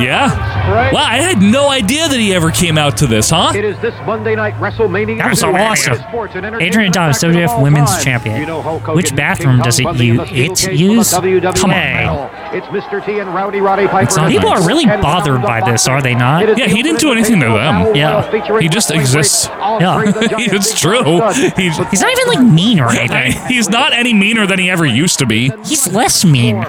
Yeah. Wow, I had no idea that he ever came out to this, huh? It is this Monday night WrestleMania. That was two. awesome. Sports and entertainment Adrian Adonis, factor of WWF all Women's time. Champion. Hulk Hogan, Which King bathroom Kong does it Bundy, u- the steel it cage for use? the WWE Come on. title. It's Mr. T and Rowdy Roddy Piper. not People nice. are really bothered by this, are they not? Yeah, he didn't do anything to them. Yeah. He just exists. Yeah. it's true. He's, He's not even like mean or anything. he's not any meaner than he ever used to be. He's less mean.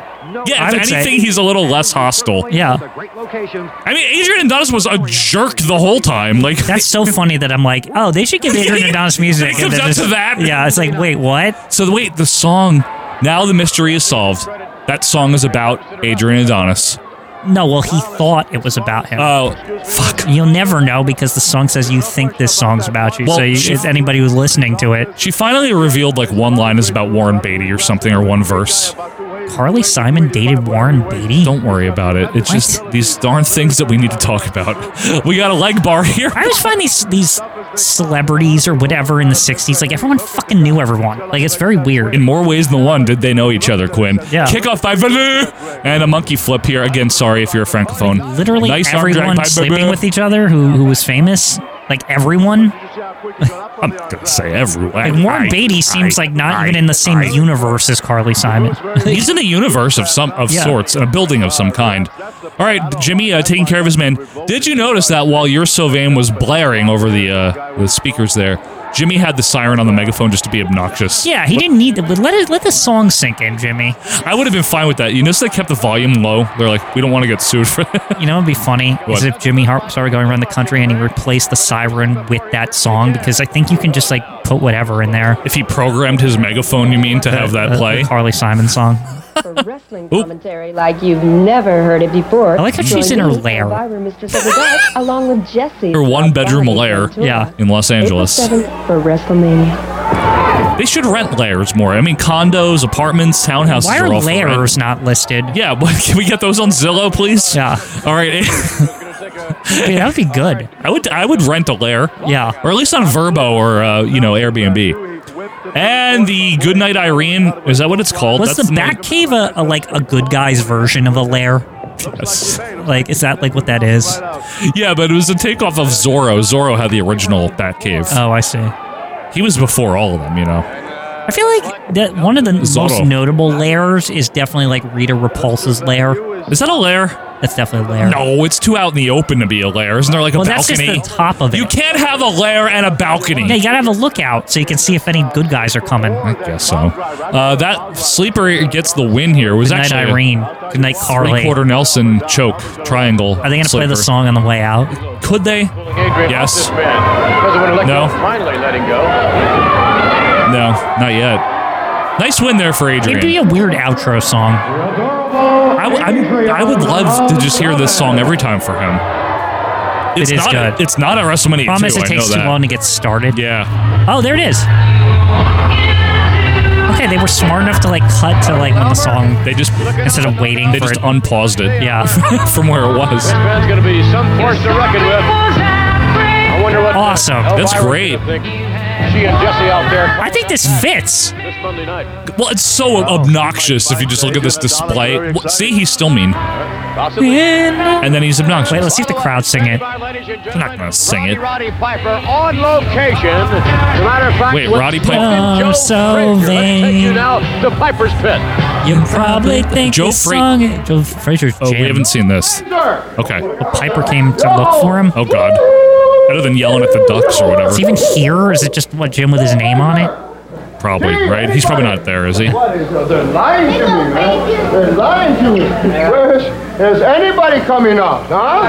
Yeah, I if would say- anything, he's a little less hostile. Yeah. I mean, Adrian Adonis was a jerk the whole time. Like, That's so funny that I'm like, oh, they should give Adrian Adonis It music. and comes they're down to that. Yeah, it's like, wait, what? so wait, the song. Now the mystery is solved. That song is about Adrian Adonis. No, well, he thought it was about him. Oh, fuck. You'll never know because the song says you think this song's about you. Well, so you, she- if anybody was listening to it, She finally revealed like one line is about Warren Beatty or something, or one verse. Carly Simon dated Warren Beatty. Don't worry about it. It's just these darn things that we need to talk about. We got a leg bar here. I always find these these celebrities or whatever in the '60s, like everyone fucking knew everyone. Like it's very weird. In more ways than one, did they know each other, Quinn? Yeah. Kickoff by Valu and a monkey flip here. Again, sorry if you're a francophone. literally Nice arm drag by everyone sleeping Babu. with each other who, who was famous. Like everyone. I'm not gonna say everyone. Like Warren Beatty seems like not even in the same universe as Carly Simon. He's in a universe of some of Yeah. sorts, in a building of some kind. All right, Jimmy, uh, taking care of his man. Did you notice that while "You're So Vain" was blaring over the uh, the speakers there, Jimmy had the siren on the megaphone just to be obnoxious. Yeah, he didn't need to, but let it let the song sink in, Jimmy. I would have been fine with that. You notice they kept the volume low. They're like, we don't want to get sued for that. You know, it'd be funny is What? if Jimmy Hart started going around the country and he replaced the siren with that song because I think you can just like put whatever in there. If he programmed his megaphone, you mean, to have The- that the play? Carly Simon song. For wrestling commentary like you've never heard it before. I like how she's in her Join me, lair. Elvira, Mistress of the Dark, along with Jesse. Her one-bedroom lair. Yeah. In Los Angeles. April 7th for WrestleMania. They should rent lairs more. I mean, condos, apartments, townhouses Why are all for rent. layers not listed? Yeah, but can we get those on Zillow, please? Yeah. All right. Dude, that would be good. I would I would rent a lair. Yeah. Or at least on Verbo or uh, you know Airbnb. And the Goodnight Irene is that what it's called? Was the name- back cave a, a like a good guy's version of a lair? Yes. Like, is that like what that is? Yeah, but it was a takeoff of Zorro. Zorro had the original Batcave. Oh, I see. he was before all of them, you know. I feel like that one of the most Zorro. notable lairs is definitely like Rita Repulsa's lair. Is that a lair? That's definitely a lair. No, it's too out in the open to be a lair. Isn't there like a Well, that's just balcony? the top of it. you can't have a lair and a balcony. Yeah, you gotta have a lookout so you can see if any good guys are coming. I guess so. Uh, that sleeper gets the win here. It was Good night, actually a Irene. Good night, Carly. Three-quarter Nelson choke triangle. Are they gonna play the sleeper. song on the way out? Could they? Adrian Yes. lost his man. President elect No. finally letting go. No, not yet. Nice win there for Adrian. It'd be a weird outro song. I, w- I'm- I would love to just hear this song every time for him. It's It is not, good. It's not at WrestleMania. Promise two, it takes I know too that. long to get started. Yeah. Oh, there it is. Okay, they were smart enough to like cut to like when the song They just instead of waiting they for just it. unpaused it. Yeah. from where it was. This man's going to be some force to reckon with. I wonder what. Awesome. That's Elvira's great. gonna think. She and Jesse out there I think this fits. this Monday night. Well, it's so obnoxious if you just look at this display. What- See, he's still mean, Possibly. and then he's obnoxious. Wait, let's see if the crowd sing it. I'm not gonna sing it. Roddy Piper on location. As a matter of fact, Wait, with Roddy Slick Piper- and Oh, Joe so Frazier. Let's take you vain. now to Piper's Pit. You probably think Joe this Fra- song. Joe Frazier's Oh, we jam. haven't seen this. Sir, Okay. Piper came to look for him. Oh God. Better than yelling at the ducks or whatever. Is he even here? Or is it just what Jim with his name on it? Probably right. He's probably not there, is he? What is, they're lying to me, man. They're lying to me. Where's, is anybody coming up, huh?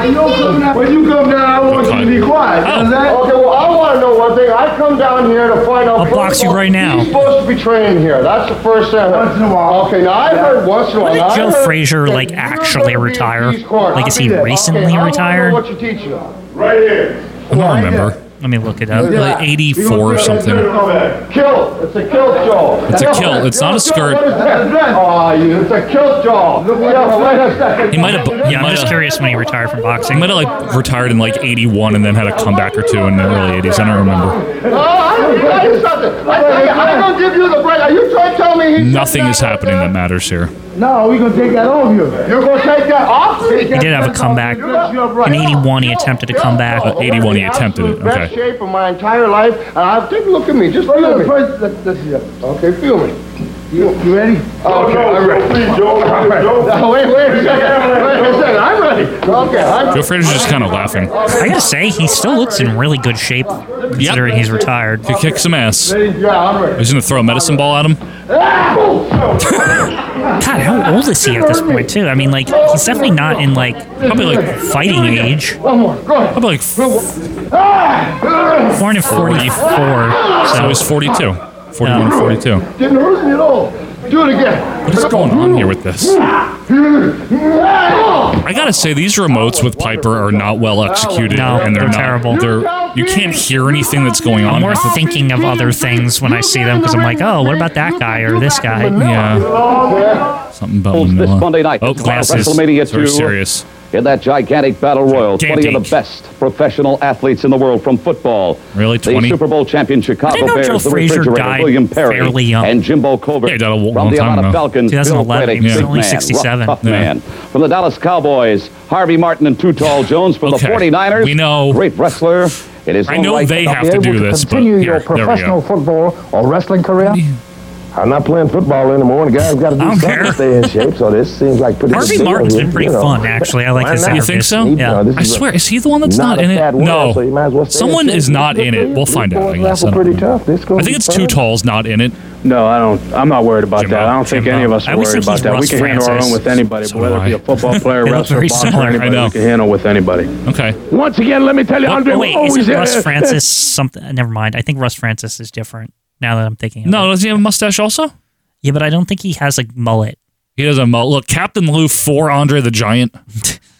When you come down, I want you to be quiet. Oh. You know that? Okay, well, I want to know one thing. I come down here to find out. I'll box you right now. You're supposed to be training here. That's the first thing. Once in a while. Okay, now I heard once in a while. did Now, I Joe heard Frazier, that like, you're gonna actually be in retire? Peace Corps. Like, is I'll he be there. recently okay, I wanna know retired? What you teaching? Right here. I don't remember. Let me look it up. Like 84 or something. Kill. It's a kill job. It's a kill. It's not a skirt. What is that? Oh, you- it's a kill job. He might have. he Yeah, I'm might just have- curious when he retired from He boxing. might have like retired in like '81 and then had a comeback or two in the early '80s. I don't remember. No, I'm gonna tell you something. I tell you, I'm gonna give you the break. Are you trying to tell me? he's- Nothing is happening that matters here. No, we're gonna take that off you. You're gonna take that off? He did have a comeback. In 81, he attempted a comeback. Uh, 81, he attempted it. Best Okay. shape of my entire life, and I take a look at me. Just feel me. Okay, feel me. You, you ready? Okay, I'm ready. All right. No, wait, wait a second. Wait a second. I'm ready. Okay, I'm Joe Frazier's just kind of laughing. I gotta say, he still looks in really good shape considering he's retired. He kicks some ass. ready. Yeah, I'm ready. He's gonna throw a medicine ball at him. God, how old is he at this point, too? I mean, like, he's definitely not in, like, Probably like fighting age. One more. Go ahead. probably like so Ah! Born in 44, he's so 42, 41, 42. Didn't hurt me at all. Do it again. What is going on here with this? I gotta say, these remotes with Piper are not well executed, No, and they're, they're not- terrible. They're you can't hear anything that's going on. I'm more thinking of other things when I see them because I'm like, oh, what about that guy or this guy? yeah, something about This vanilla. Monday night, Oh, the glasses. WrestleMania Very 2. serious. In that gigantic battle royal, 20 of Gigantic. the best professional athletes in the world from football. Really, 20? The Super Bowl champion Chicago didn't know Bears, Joe the Frazier refrigerator, died William Perry, fairly young. and Jimbo Colbert. Yeah, he died a long- from long the time Atlanta ago. Falcons, 2011, Bill Braddock, he was big only man, 67. Rough, tough Yeah. man. From the Dallas Cowboys, Harvey Martin and two tall Jones. From Okay. the 49ers, We know. great wrestler. It is I know right they to have to do this, but here, there we go. football or wrestling career? I'm not playing football anymore, and guys got to do I don't something care. to stay in shape. So this seems like pretty. Harvey good deal Martin's here, been pretty you know. fun, actually. I like Why his not? You think so? You Yeah. know, this I is a- swear, is he the one that's not, a in it? bad winner, No. so you might as well stay in Someone shape. is not Good in for it. you. We'll These find out, boys I guess. raffle I don't pretty know. tough. This I think it's too too tall's not in it. No, I don't. I'm not worried about Jim that. Bob- I don't think Jim any of Bob. us I are always worried think about he's that. Russ we can handle our Francis. own with anybody, So but whether do it be I. a football player, They look wrestler, very boxer, similar, I anybody, know. we can handle with anybody. Okay. Once again, let me tell you, What- Andre Oh, wait, was is it always there. Russ Francis something? Never mind. I think Russ Francis is different now that I'm thinking. Of No, it. does he have a mustache also? yeah, but I don't think he has a mullet. He does a mu- look. Captain Lou for Andre the Giant.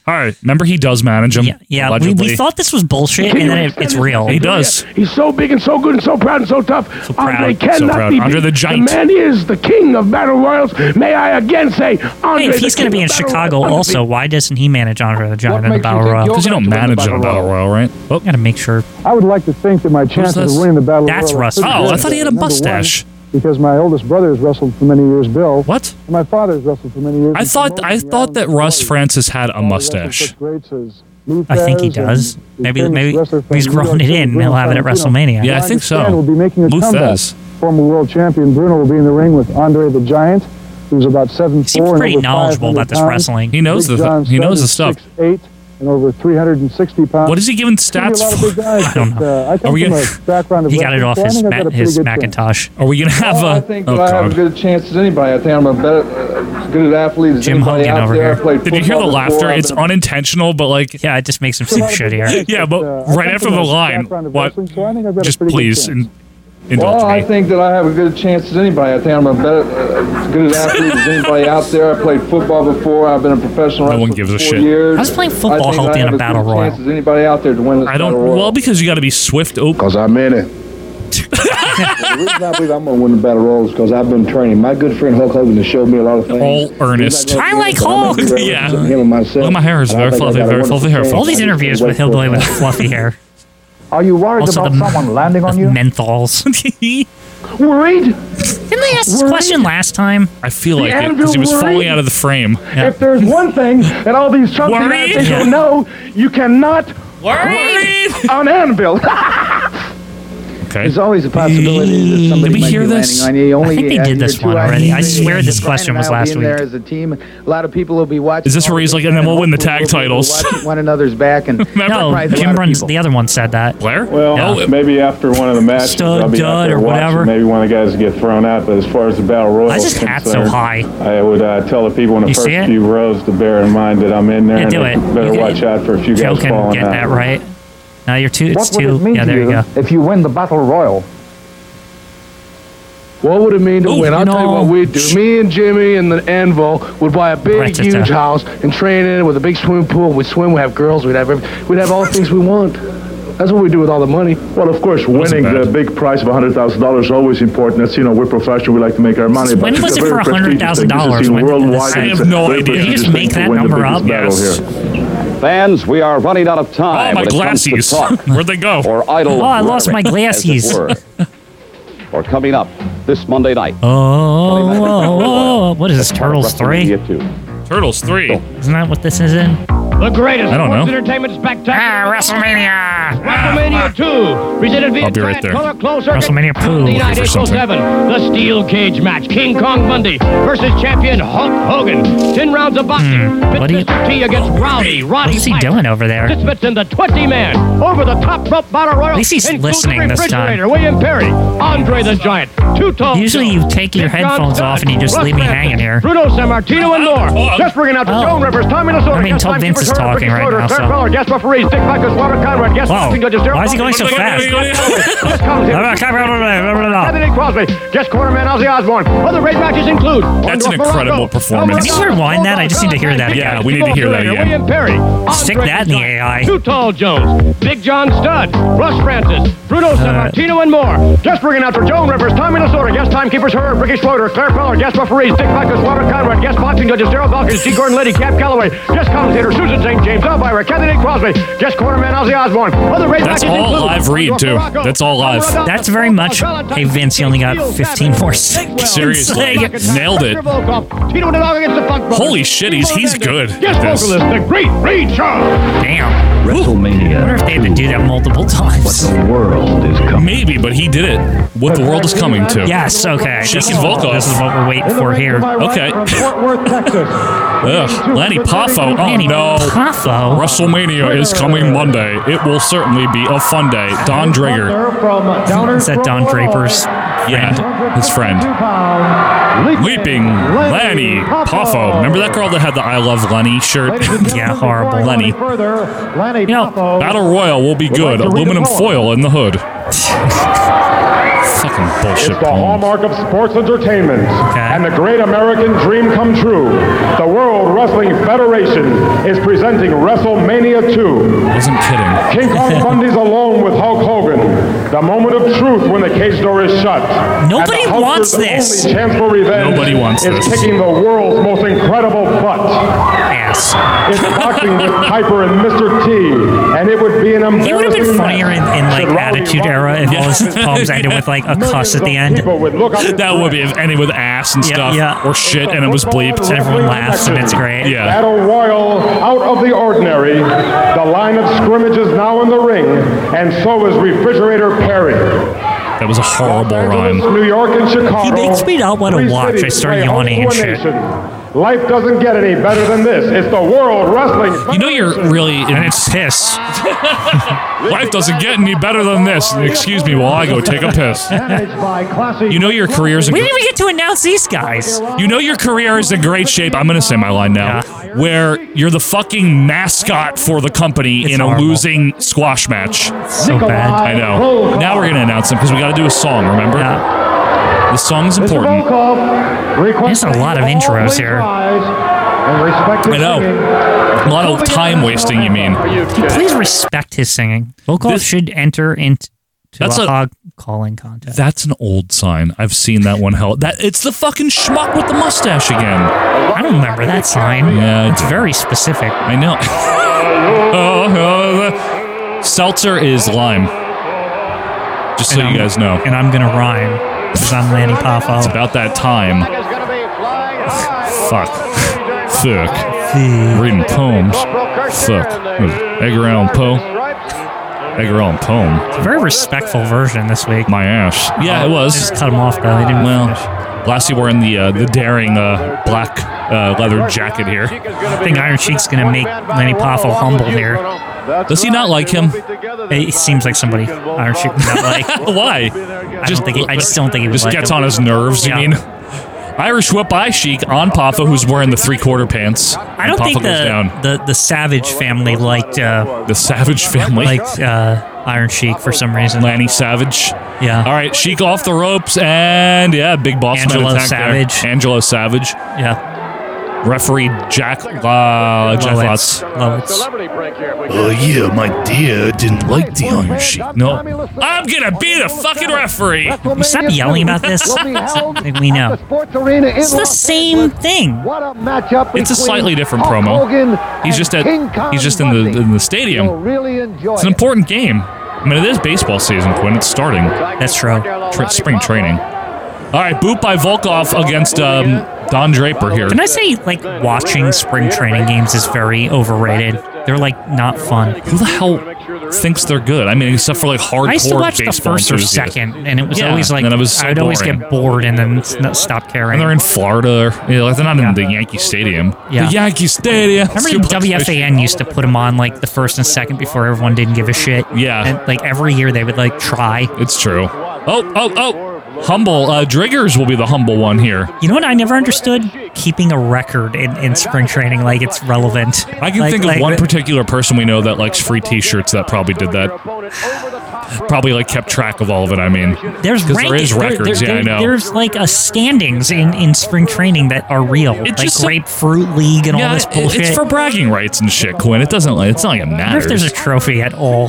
All right, remember he does manage him. Yeah, yeah. We, allegedly. we thought this was bullshit, and then it, it's real. he does. He's so big and so good and so proud and so tough. So proud, Andre so cannot proud. be Andre the beat. Giant. The man is the king of battle royals. May I again say, Andre Hey, if the he's going to king be in of battle Chicago, royals. also, why doesn't he manage Andre the Giant in the makes you Battle think Royal? you're- Because you don't Who's manage in a battle battle royal, right? Oh, I gotta make sure. I would like to think that my this? chances of winning the battle That's royal are Russ. pretty Oh, I good. thought he had a Number one, mustache. because my oldest brother has wrestled for many years, Bill. What? And my father's wrestled for many years. I and thought promoted I the thought Island that of Russ Hawaii. Francis had a He wrestled mustache. such greats as Lou I think he Ferrez and does. the Maybe- famous maybe- wrestler from he's New York grown it City, in. Bruno They'll have it at Valentino. WrestleMania. Yeah, I Who think so. understand Will be making a Lou comeback. Ferrez. Former world champion Bruno will be in the ring with Andre the Giant, who's about seven Uh, He seems four pretty and over knowledgeable about 500 this pounds. wrestling. He knows the Big th- John he knows the Studd stuff. is 6'8" and over 360 pounds. What is he giving Gonna be stats a lot of big for? guys, I don't but, know. uh, I come Are we from gonna- a background of He got it wrestling, off so I his think I've got ma- a pretty his good chance. Macintosh. Are we gonna have Well, I a? think Oh that I have a God! good chance as anybody. I think I'm a better, uh, as good an athlete as Jim anybody Hogan out over there. here. I played Did you hear the football before. laughter? I've It's been a- unintentional, but like, Yeah, it just makes him seem shittier. yeah, but Uh, I come right after from the a line, background of what? wrestling, so I think I've got a Just pretty good please chance. in, well, indulge I me. think that I have a good chance as anybody. I think I'm a better, uh, as good an athlete as anybody out there. I played football before. I've been a professional No wrestler one gives for a four shit. years. How's playing football I think help I you in have a as battle good royal? Chance as anybody out there to win this I battle don't. royal. Well, because you got to be swift. Oh, Because I'm in it. the reason I believe I'm going to win the battle royal is because I've been training. My good friend Hulk Hogan has showed me a lot of things. all earnest. I like Hulk. Oh, Yeah. Him and myself. Look at my hair. It's And I very think I fluffy, got a very wonderful fluffy hair. chance. All these interviews with Hillbilly with fluffy hair, Are you worried also the about someone landing on you? menthols. Didn't Worried? they ask this question last time? I feel like it because he was falling out of the frame. If there's one thing that all these Trump Worried? United States will know, you cannot Worried. on anvil. Okay. always a possibility that Did we hear this? I think uh, they did this one already. I swear this question was last week. as a team, a lot of people will be watching. Is this where he's like, and then we'll win the tag titles? one another's back and Remember? No, Kim Bruns, the other one said that. Blair? Well, Yeah. maybe after one of the matches, Stud, I'll be dud, out there or watching. whatever. Maybe one of the guys get thrown out. But as far as the battle royal, Why is his is hat so concerned, high? I would uh, tell the people in the You see it? first few rows to bear in mind that I'm in there, Yeah, and do they it. better You- watch out for a few guys Joking, falling getting that out. right. No, you're too. It's What would too. it mean Yeah, to there you you go. if you win the battle royal? What would it mean to Ooh, win? I'll tell you no. what we'd do. Me and Jimmy and the Anvil would buy a big, Right, huge sister. house and train in it with a big swimming pool. We'd swim, we'd have girls, we'd have every, we'd have all the things we want. That's what we do with all the money. Well, of course, Wasn't winning bad. the big prize of $100,000 is always important. As you know, we're professional. We like to make our money. When but was it's a it very for prestigious thing. This is $100,000 seen when it did this? worldwide. I It's have a no very idea. Did you prestigious just make thing to that win the number biggest up? battle Yes. here. Fans, we are running out of Oh, time my when it comes to glassies. talk Where'd they go? or idle Oh, I lost my rhetoric, as it glassies. were. or coming up this Monday night. Oh, oh, oh, oh, what is this? Turtles three? WrestleMania 2. Turtles 3. Isn't that what this is in? The greatest I don't know. sports entertainment spectacular. Ah, WrestleMania! WrestleMania 2, presented via I'll be right there. Transcolor Closed Circuit. WrestleMania poo. Monday night, Looking for April something. 7, the Steel Cage match. King Kong Bundy versus champion Hulk Hogan. 10 rounds of boxing. Fitz Hmm, What do you- Mr. T against Rowdy, Roddy What is he Piper. doing over there? This fits in the 20 man over the top rope battle royal. least he's including listening this time. refrigerator, William Perry, Andre the Giant, two tall. Usually you Joe, take your Big John headphones off and you just Russ leave me Manson, hanging here. Bruno San Martino and Oh. more. Just bringing out the Oh. Joan Rivers, Tommy Lasorda. I mean, guest until timekeeper, Vince is Turner, talking Ricky right Schroeder, now, Fred so- Waller, guest referees, Dick Buckus, Robert Conrad, guest Whoa. boxing judges, Darryl Why is he going Bonner, so Ricky fast? Schroeder, guest commentator, Anthony Crosby, guest cornerman Ozzy Osbourne. Other great matches include. That's an Orndorff, incredible Morocco, performance. Can you rewind that? I just need to hear that again. Yeah, we need to hear that again. William Perry, Stick Andre that in the Johnson, AI. Too Tall Jones, Big John Studd, Russ Francis, Uh, Bruno Sammartino, and more. Just bringing out for Joan Rivers, Tommy Lasorda, guest timekeepers Herb, Ricky Schroeder, Claire Feller, guest referees Dick Buckus, Robert Conrad, guest boxing judges Daryl Balkins, G. Gordon Liddy, Cap Calloway, guest commentator Susan St. James, Elvira, Kennedy Crosby, guest cornerman Ozzy Osbourne. Other great That's matches all include live read, too. Morocco, That's all live. Salvador Adamo, That's very much- Hey, Vince, you only got Steele, 15 more Savage, Blake Wells, Seriously. Blake Wells, Nailed it. Volkov, Tito Nadal against the Funk Brothers. Holy shit, he's- he's good Guest at this. vocalist, the great Ray Charles. Damn. WrestleMania. I wonder if they had to do that multiple times. The world is coming. Maybe, but he did it. What the world is coming to. Yes, okay. She This can is- Volkov. This is what we're waiting for here. Okay. From Fort Worth, Texas. Ugh. Lanny Poffo. Oh Manny no. Poffo. WrestleMania is coming Monday. It will certainly be a fun day. Don Drager. From Downers Is that Don Grove, Draper's? Yeah, his friend. 152 pound, Leaping Lanny Poffo. Remember that girl that had the I Love Lenny shirt? Ladies and gentlemen, Yeah, before I horrible. go any Lenny. Further, Lanny know, Poffo- Battle Royal will be good. to read Aluminum a poem. foil in the hood. Fucking bullshit. It's the poem. hallmark of sports entertainment Okay. and the great American dream come true. The World Wrestling Federation is presenting WrestleMania 2. Wasn't kidding. King Kong Bundy's alone with Hulk Hogan. The moment of truth when the cage door is shut. Nobody and the wants Hulkster's this. Only chance for revenge Nobody wants is this. kicking the world's most incredible butt. Ass. It's boxing with Piper and Mr. T, and it would be an embarrassing It would have been match. funnier in, in like Should Rowdy Attitude Roddy Era if all his poems ended with like a cuss at the end. People would look up in That would be if any with ass and Yeah, stuff yeah. or shit and it was bleeped. And Everyone laughs and it's great. Yeah. Battle Royal out of the ordinary. The line of scrimmage is now in the ring, and so is Refrigerator Perry. That was a horrible rhyme. New York and Chicago. He makes me not wanna Three watch. I cities start play home yawning to and a shit. nation. Life doesn't get any better than this. It's the World Wrestling. You know you're really in And it's piss. Life doesn't get any better than this. Excuse me while I go take a piss. You know your career's in We didn't even get to announce these guys. you know your career is in great shape. I'm gonna say my line now. Where you're the fucking mascot for the company It's in a horrible. losing squash match. So bad. I know. Now we're gonna announce him because we got to do a song. Remember, Yeah. the song's important. There's There's a lot of intros here. I I know. A lot of time wasting. You mean? Please respect his singing. Volkov This- should enter into That's a, a- hog calling contest. That's an old sign. I've seen that one. Hell, that it's the fucking schmuck with the mustache again. I don't remember that sign. Yeah, I it's do. very specific. I know. Oh, oh, the- Seltzer is lime. Just so And you I'm- guys know. And I'm gonna rhyme because I'm Lanny It's Poffo. about that time. Fuck. Fuck. Reading poems. Fuck. Edgar Allan Poe. Edgar Allan Poe. Very respectful version this week. My ass. Yeah, it I was. just cut him off though. He didn't Well, finish. last year we're in the uh, the daring uh, black uh, leather jacket here. I think Iron Sheik's gonna make Lanny Poffo humble here. Does he not like him? It seems like somebody Iron Sheik would not like. Why? I don't think. He, I just don't think he would Just like gets him. on his nerves. You Yeah. mean? Irish whip by Sheik on Papa, who's wearing the three quarter pants. I don't Papa think goes the, down. the the Savage family liked uh, The Savage family. liked uh, Iron Sheik for some reason. Lanny Savage. Yeah. All right, Sheik off the ropes, and yeah, big boss man Angelo attack there. Savage. Angelo Savage. Yeah. Referee Jack uh, Jack Lotz. Lovitz. Well, yeah, my dear didn't like the Iron Sheik. No, I'm gonna be the fucking referee. Stop yelling about this. Like, we know. It's the same thing. What a matchup It's a between slightly different Hulk promo. Hogan and He's just at King Kong he's just in the Bundy. in the stadium. really enjoy It's an important game. I mean, it is baseball season when it's starting. That's true. Tra- spring training. All right, boot by Volkov against um, Don Draper here. Can I say like watching spring training games is very overrated? They're like not fun. Who the hell thinks they're good? I mean, except for like hardcore I used to watch the baseball first or enthusiasts. second, and it was Yeah, always like and it was so I'd always boring. get bored and then s- not stop caring. And they're in Florida. Or, you know, like they're not Yeah. in the Yankee Stadium. Yeah. The Yankee Stadium. Remember Suplex Fish. WFAN used to put them on like the first and second before everyone didn't give a shit. Yeah. and like every year they would like try. It's true. Oh, oh, oh. Humble. Uh, Driggers will be the humble one here. You know what I never understood? Keeping a record in, in spring training like it's relevant. I can Like- think of like- one particular person we know that likes free T-shirts that probably did that. Probably like kept track of all of it. I mean, There's 'Cause there ranking- is records, yeah, I know. There's like a standings in, in spring training that are real, like just- grapefruit league and all yeah, this it- bullshit. it's for bragging rights and shit, Quinn. It doesn't. like It's not like it I wonder if matters. there's a trophy at all.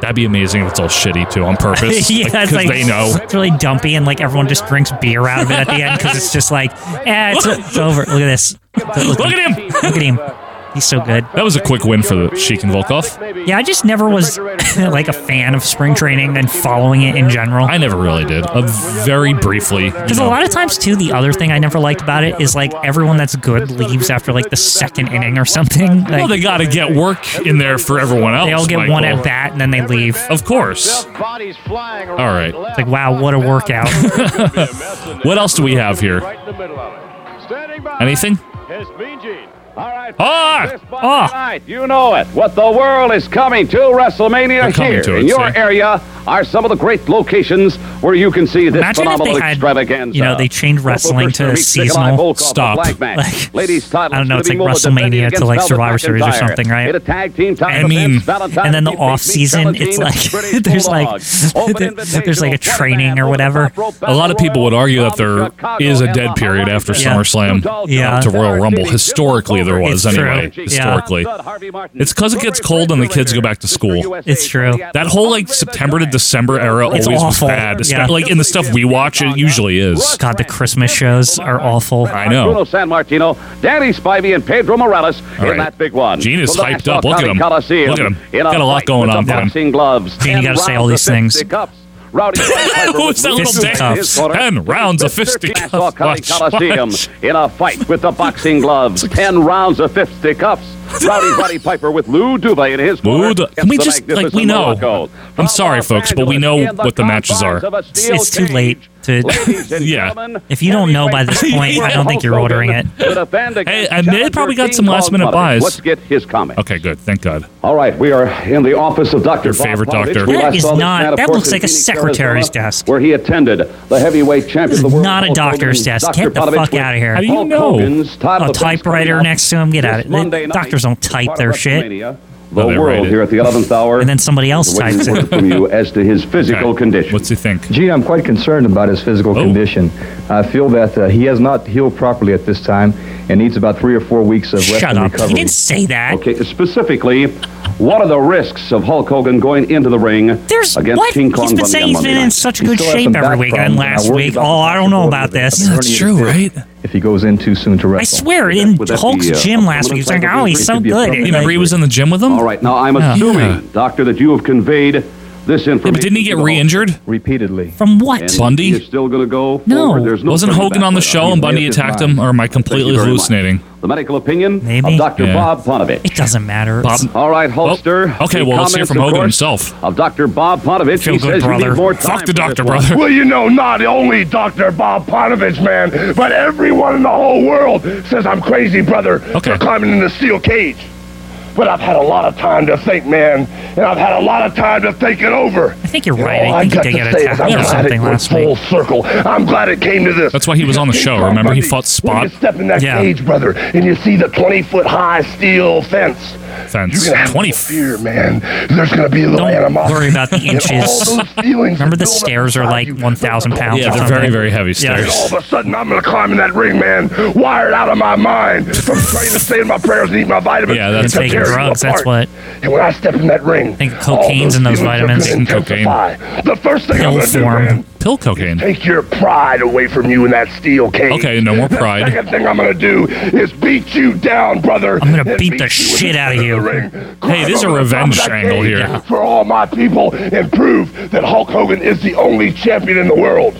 That'd be amazing if it's all shitty too on purpose. yeah, because it's like they know. it's really dumpy, and like everyone just drinks beer out of it at the end because it's just like, eh, it's, it's over. Look at this. Look, Look at him. Look at him. He's so good. That was a quick win for the Sheik and Volkov. Yeah, I just never was like a fan of spring training and following it in general. I never really did. Uh, very briefly. you Because a know. lot of times too, the other thing I never liked about it is like everyone that's good leaves after like the second inning or something. well, Like, they got to get work in there for everyone else. they all get Michael. one at bat and then they leave. Of course. All right. It's like wow, what a workout. What else do we have here? Anything? Ah! oh, You know it. What the world is coming to WrestleMania They're coming here to it, in your see? area are some of the great locations where you can see this Imagine if phenomenal they had, extravaganza. you know, they changed wrestling to seasonal. Stop. Like, Like, Ladies title I don't know, is it's gonna like be Mova WrestleMania defending to, against like, Velvet Survivor Series or McIntyre. something, right? In a tag team title I defense, mean, Valentine and then the defeats off season, Valentine it's and like- British there's like- Bulldogs. Open there's like a invitational training quarterback or over whatever. top rope A lot of battle people would royal argue that from there Chicago is a and dead Los period Angeles. after Yeah. SummerSlam Yeah. to Royal Rumble. Historically, there was, It's true. anyway. Yeah. Historically. It's 'cause it gets cold and the kids go back to school. It's true. That whole like September to December era It's always awful. was bad. Yeah. Yeah. Like in the stuff we watch, it usually is. God, the Christmas shows are awful. I know. Bruno San Martino, Danny Spivey, and Pedro Morales All in right. that big one. Gene is From the hyped Nassau up. Look at County him. Coliseum Look at him. In Got a lot fight going with the on for him. boxing gloves. Gene, you Ten gotta say rounds all of these things. fistic cups. Rowdy Piper Who with is that Bruno little San in his dance? corner. Ten rounds of fisticuffs. Nassau County Watch, Coliseum watch. in a fight with the boxing gloves. Ten rounds of fisticuffs. Rowdy Buddy Piper with Lou Duva in his corner. Lou Du- against we the just- like, magnificent we know. Morocco. I'm sorry, Los folks, but we Angeles know in the what the matches confines are. of a It's, steel it's too cage. late to. Ladies and Yeah. gentlemen, If you don't know by this point, I don't think you're ordering it. hey, and they probably got some last-minute buys. Let's get his comment. Okay, good. Thank God. All right, we are in the office of Dr. Your Bob favorite Bobrovich. doctor. We That last is saw this not- man, of that course, looks in like a Phoenix, secretary's Arizona, desk. Where he attended the heavyweight champion of the world. Not a Hulk doctor's Hogan, desk. Dr. Get the Bobrovich fuck with outta here. How do you Hulk know? Hogan's Todd A LaBeouf's typewriter coming next to him? Get this out of it. Monday night. Doctors don't type Part of their shit. WrestleMania. The No, they write world it. here at the 11th hour. And then somebody else Waiting types for it. it from you as to his physical Okay. condition. What's he think? Gene, I'm quite concerned about his physical Oh. condition. I feel that uh, he has not healed properly at this time and needs about three or four weeks of rest Shut and up. recovery. He didn't say that. Okay, specifically, what are the risks of Hulk Hogan going into the ring There's against what? King Kong He's been Bundy saying on he's Monday been in night? such He good still has shape some every back week, and problems, last and I worry week, about oh, the I don't know about possibility of this. having That's herniated true, discs right? If he goes in too soon to I wrestle. swear, that- in would that Hulk's be, uh, gym last a week, he's like, little oh, he's so type of good. You remember he was in the gym with them? All right, now I'm assuming, Doctor, that you have conveyed this information. Yeah, but didn't he get to Hulk. re-injured? Repeatedly. From what? And Bundy? he is still going to go. No. forward. There's no Wasn't turning Hogan back on the right now. show and He's Bundy made up his attacked mind. him? Or am I Thank completely you very much. hallucinating? The medical opinion Maybe. of Dr. Yeah. Bob Ponovich. It doesn't matter. Bob- It's- All right, Well, Hulkster. okay, the well, let's hear comments, from of Hogan course, himself. Of Dr. Bob Ponovich. Feel he good, says you brother. need more time Fuck the for this doctor, one. brother. Well, you know, not only Dr. Bob Ponovich, man, but everyone in the whole world says I'm crazy, brother, Okay. for climbing in the steel cage. But I've had a lot of time to think, man, and I've had a lot of time to think it over. I think you're You right. know, all I think he got did to get say is attacked I'm or glad it something went last full week. circle. I'm glad it came to this. That's why he was on the show, remember? He fought Spot. When you step in that Yeah. cage, brother, and you see the 20-foot high steel fence. Fence. You're gonna have 20 a little fear, man. There's gonna be a little Don't animosity. worry about the And inches. all those feelings Remember the build up stairs are inside like you. 1,000 pounds Yeah, or they're something. very, very heavy Yeah. And all stairs. of a sudden, I'm gonna climb in that ring, man, wired out of my mind from trying to say my prayers and eat my vitamins. Yeah, that's to taking tear you drugs, that's apart. And when I step in that ring, Think of all those cocaine's in those feelings are vitamins. gonna Mm, cocaine. intensify. The first thing I'm Pill gonna do, form. man, Pill cocaine. take your pride away from you in that steel cage. Okay, no more The pride. second thing I'm gonna do is beat you down, brother. I'm gonna and beat the you in shit outta center of you. the ring. Climb there's a over the top revenge of that angle cage here. For all my people and prove that Hulk Hogan is the only champion in the world.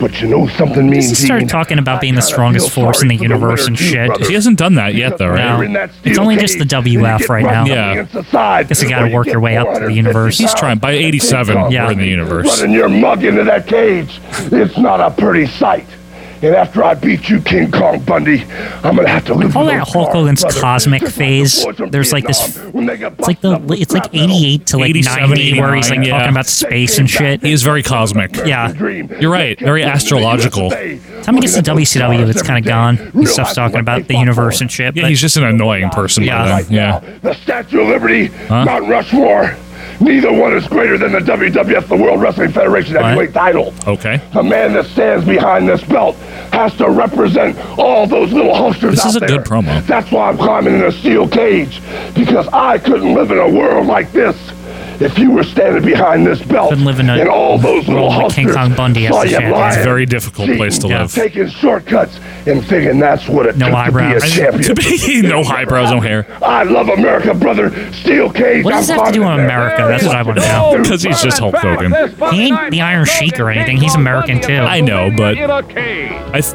But you know something means. Just started talking about being the strongest force in the universe and shit. He hasn't done that yet, though, right? No. It's only just the WF right now. Yeah. Guess you gotta work your way up to the universe. He's trying. By 87, Yeah. we're in the universe. Running your mug into that cage, it's not a pretty sight. And after I beat you, King Kong Bundy, I'm gonna have to live. call with that those Hulk scars, Hogan's brother, cosmic just phase. the boys from There's like this- Vietnam, when they got It's like the busted up with it's like scrap metal. 88 to like 87, 90 where he's like 89, talking yeah. about space and shit. He is very cosmic. Yeah. You're right, very astrological. Time he gets to WCW, it's kind of gone. He stuff's talking about the universe and shit. Yeah, But he's just an annoying person. Yeah. Yeah. Then. yeah. The Statue of Liberty, Mount Rushmore. Neither one is greater than the WWF, the World Wrestling Federation heavyweight title. Okay. The man that stands behind this belt has to represent all those little hulksters This out is a there. good promo. That's why I'm climbing in a steel cage because I couldn't live in a world like this If you were standing behind this belt Couldn't live in a and all those little world with King hucksters Kong Bundy as saw the you champion. lying, It's a very difficult cheating, place to live. Taking shortcuts and thinking that's what it No took eyebrows. to be a champion. To be- no eyebrows, no hair. I love America, brother. Steel cage. What does I'm that have to do with confident. America? That's what I want to know. Because he's just Hulk Hogan. He ain't the Iron Sheik or anything. He's American too. I know, but I th-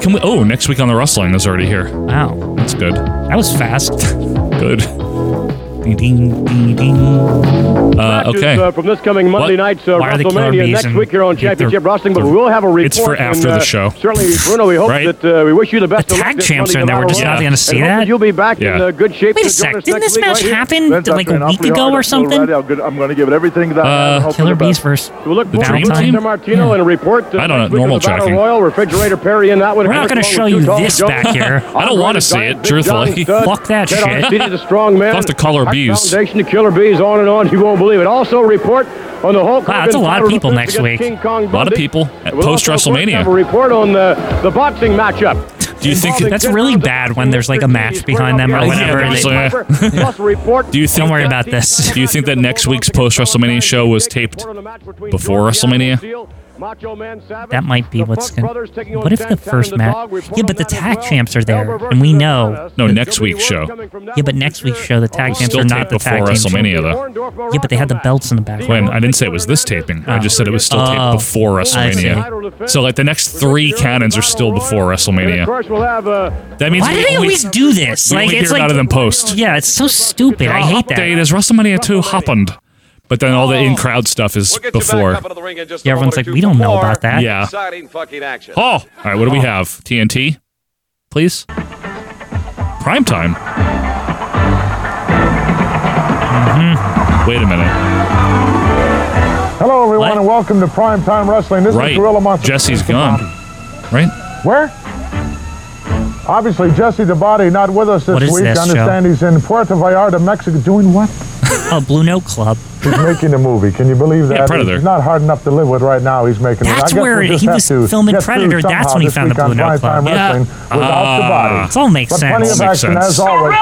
can we? Oh, next week on the wrestling is already here. Wow, that's good. That was fast. good. Uh, Ding, ding, ding, ding. Uh, okay. Uh, from this coming Monday What? night's uh, Why are they killing WrestleMania bees next and week here on get their- Championship Wrestling, but we'll have a report. It's for after and, the show. Certainly, Bruno, we hope Right? that uh, we wish you the best. The of luck tag this champs are Monday in there. We're tomorrow just not night. gonna see And hope that? You'll be back in Yeah. uh, good shape. Wait a to join sec, us didn't next this week match right here. happen, That's like, a awfully week ago hard or episode something? already. I'm gonna- I'm going to give it everything Uh, that I have. Killer Bees versus We'll look the forward Dream to Mr. Team. Martino and a report. uh, I don't know, next week normal of the Battle tracking. Royal refrigerator Perry and that one. We're not gonna show you this back here. I don't want to see it, truthfully. Fuck that shit. He's a strong man. Fuck the color Heart bees. Foundation to Killer Bees, on and on. You won't believe it. Also, report on the Hulk. Wow, Hogan that's a lot of title people defense next against week. King Kong A lot of Bundy. people at We'll also, of course, post-WrestleMania. Have a report on the, the boxing matchup. Do you think that's really bad when there's like a match behind them or Yeah, whatever? there's, They- uh, Plus, a report. Do you think? Don't worry about this. Do you think that next week's post WrestleMania show was taped before WrestleMania? That might be what's going. to What if the first match? Yeah, but the tag champs are there, and we know. No, next week's show. Yeah, but next week's show, the tag champs Still are not taped the before tag teams. WrestleMania, Yeah, though. but they had the belts in the back. Quinn, I didn't say it was this taping. I just said it was still Oh. taped before I see. WrestleMania. So like the next three cannons are still before Of WrestleMania. course, we'll have. Uh, That means Why we do they only- always do this? We Like only it's hear like about it in post. Yeah, it's so stupid. I hate that. Update is WrestleMania two happened, but then all the in crowd stuff is before. Yeah, everyone's like, we don't know about that. Yeah. Oh, all right. What do we have? TNT, please. Prime time. Mm-hmm. Wait a minute. Hello, everyone, and welcome to Primetime Wrestling. This Right. is Gorilla Monster. Jesse's gone. Right? Where? Obviously, Jesse the Body not with us this What is week. this, I understand he's in Puerto Vallarta, Mexico, doing what? Oh, Blue Note Club. He's making a movie. Can you believe that? Yeah, Predator. He's not hard enough to live with right now. He's making. it. I That's guess where we'll just he have was to filming get through Predator. That's somehow when he this found week the Blue on Note Primetime Club. Yeah. Wrestling Without the Ah. body. This all makes but sense. Plenty of Makes action sense. as always.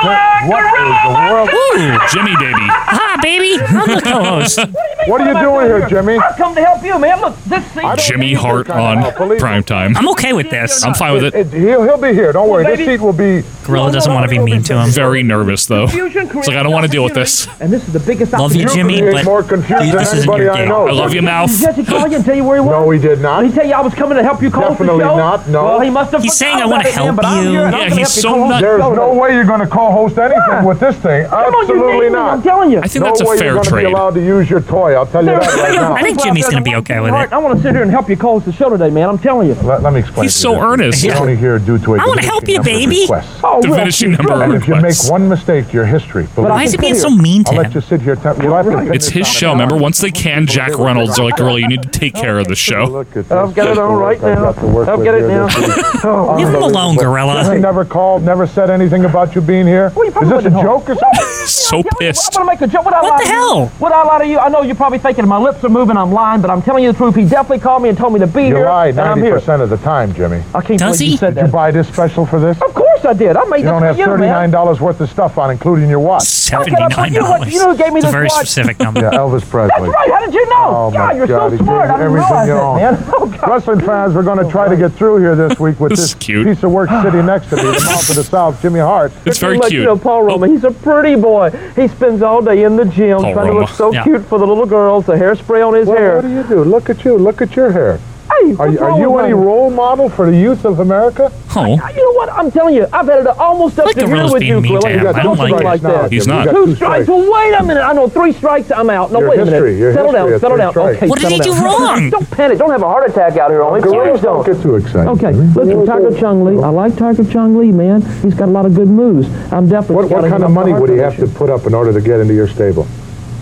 What is the world? Jimmy, baby. Hi, baby. I'm the co-host. What are you doing here, Jimmy? I've come to help you, man. Look, this thing. Jimmy Hart on prime time. I'm okay with this. I'm fine with it. he'll, he'll be here. Don't worry. This Maybe- seat will be. Gorilla doesn't want to be mean to him. Very nervous though. It's like I don't want to deal with this. And this is the biggest Love you, Jimmy, create but more confusion you- than this isn't anybody your I gig. know. I love you, mouth. Jesse call you and tell you where he was? No, he did not. Did he tell you I was coming to help you call Definitely the show? not, no. Well, he must have He's saying I wanna to help you. Yeah, he's so nut- There's no way you're going to co-host anything with this thing. Come on, you Absolutely need me, I'm not. telling you. I think no that's a way fair you're going to trade. be allowed to use your toy. I'll tell you that right now. I think Jimmy's gonna be okay with it. I want to sit here and help you co-host the show today, man. I'm telling you. Let, let me explain. He's to so you. earnest. We're only here due to a I wanna diminishing help you, number of baimi. requests. Oh, The finishing number of And if you make requests. one mistake, to your history. believe Why is me. he being so mean to I'll him? let you sit here. T- you'll have to pin It's this his on show. the Remember, once they can Jack Reynolds, they're like, "Girl, you need to take care of the show." Look at I've got it on right now. I've got it now. Oh, Leave him alone, Gorilla. He never called, never said anything about you being here. What are you Is talking this a about? joke or something? So pissed. I want to make a joke. Would I What lie the to you? hell? Would I lie to you? I know you're probably thinking my lips are moving, I'm lying, but I'm telling you the truth. He definitely called me and told me to be You here, lie and I'm here. 90% of the time, Jimmy. I can't Does believe he? you said Did you that. buy this special for this? Of course I did. I made this You don't for have you, man. $39 worth of stuff on, including your watch. Seventy-nine You know what- dollars. you know who gave me It's a this very watch? specific Yeah, number. Elvis That's Presley. right. How did you know? Oh, my God, you're God, he so gave smart. you I didn't everything realize you that, own. man. Oh, God. Wrestling fans, we're going to try to get through here this week with This is this, cute. piece of work sitting next to me, the mouth of the South, Jimmy Hart. It's very Let cute. You know, Paul Oh. Roma, he's a pretty boy. He spends all day in the gym Paul trying to Roma. look so Yeah. cute for the little girls. The hairspray on his Well, hair. what do you do? Look at you. Look at your hair. Hey, Are what's you, are wrong you with any him? role model for the youth of America? Oh, You know what? I'm telling you, I've had it almost up Like to here Gorilla's with being you, mean Gorilla. to him. You got I don't something like like it. that. He's Jimmy. not. You got Two strikes. strikes. Well, wait a minute. I know three strikes. I'm out. No, Your wait a minute. history, your settle history down. is Settle three down. strikes. Okay. What did settle he do down. wrong? Don't panic. Don't have a heart attack out here on me. Please Gorillas don't. don't get too excited. Okay, listen, Tiger Chung Lee. I like Tiger Chung Lee, man. He's got a lot of good moves. I'm definitely. What, what counting kind him of up money for would he heart have to donation. put up in order to get into your stable?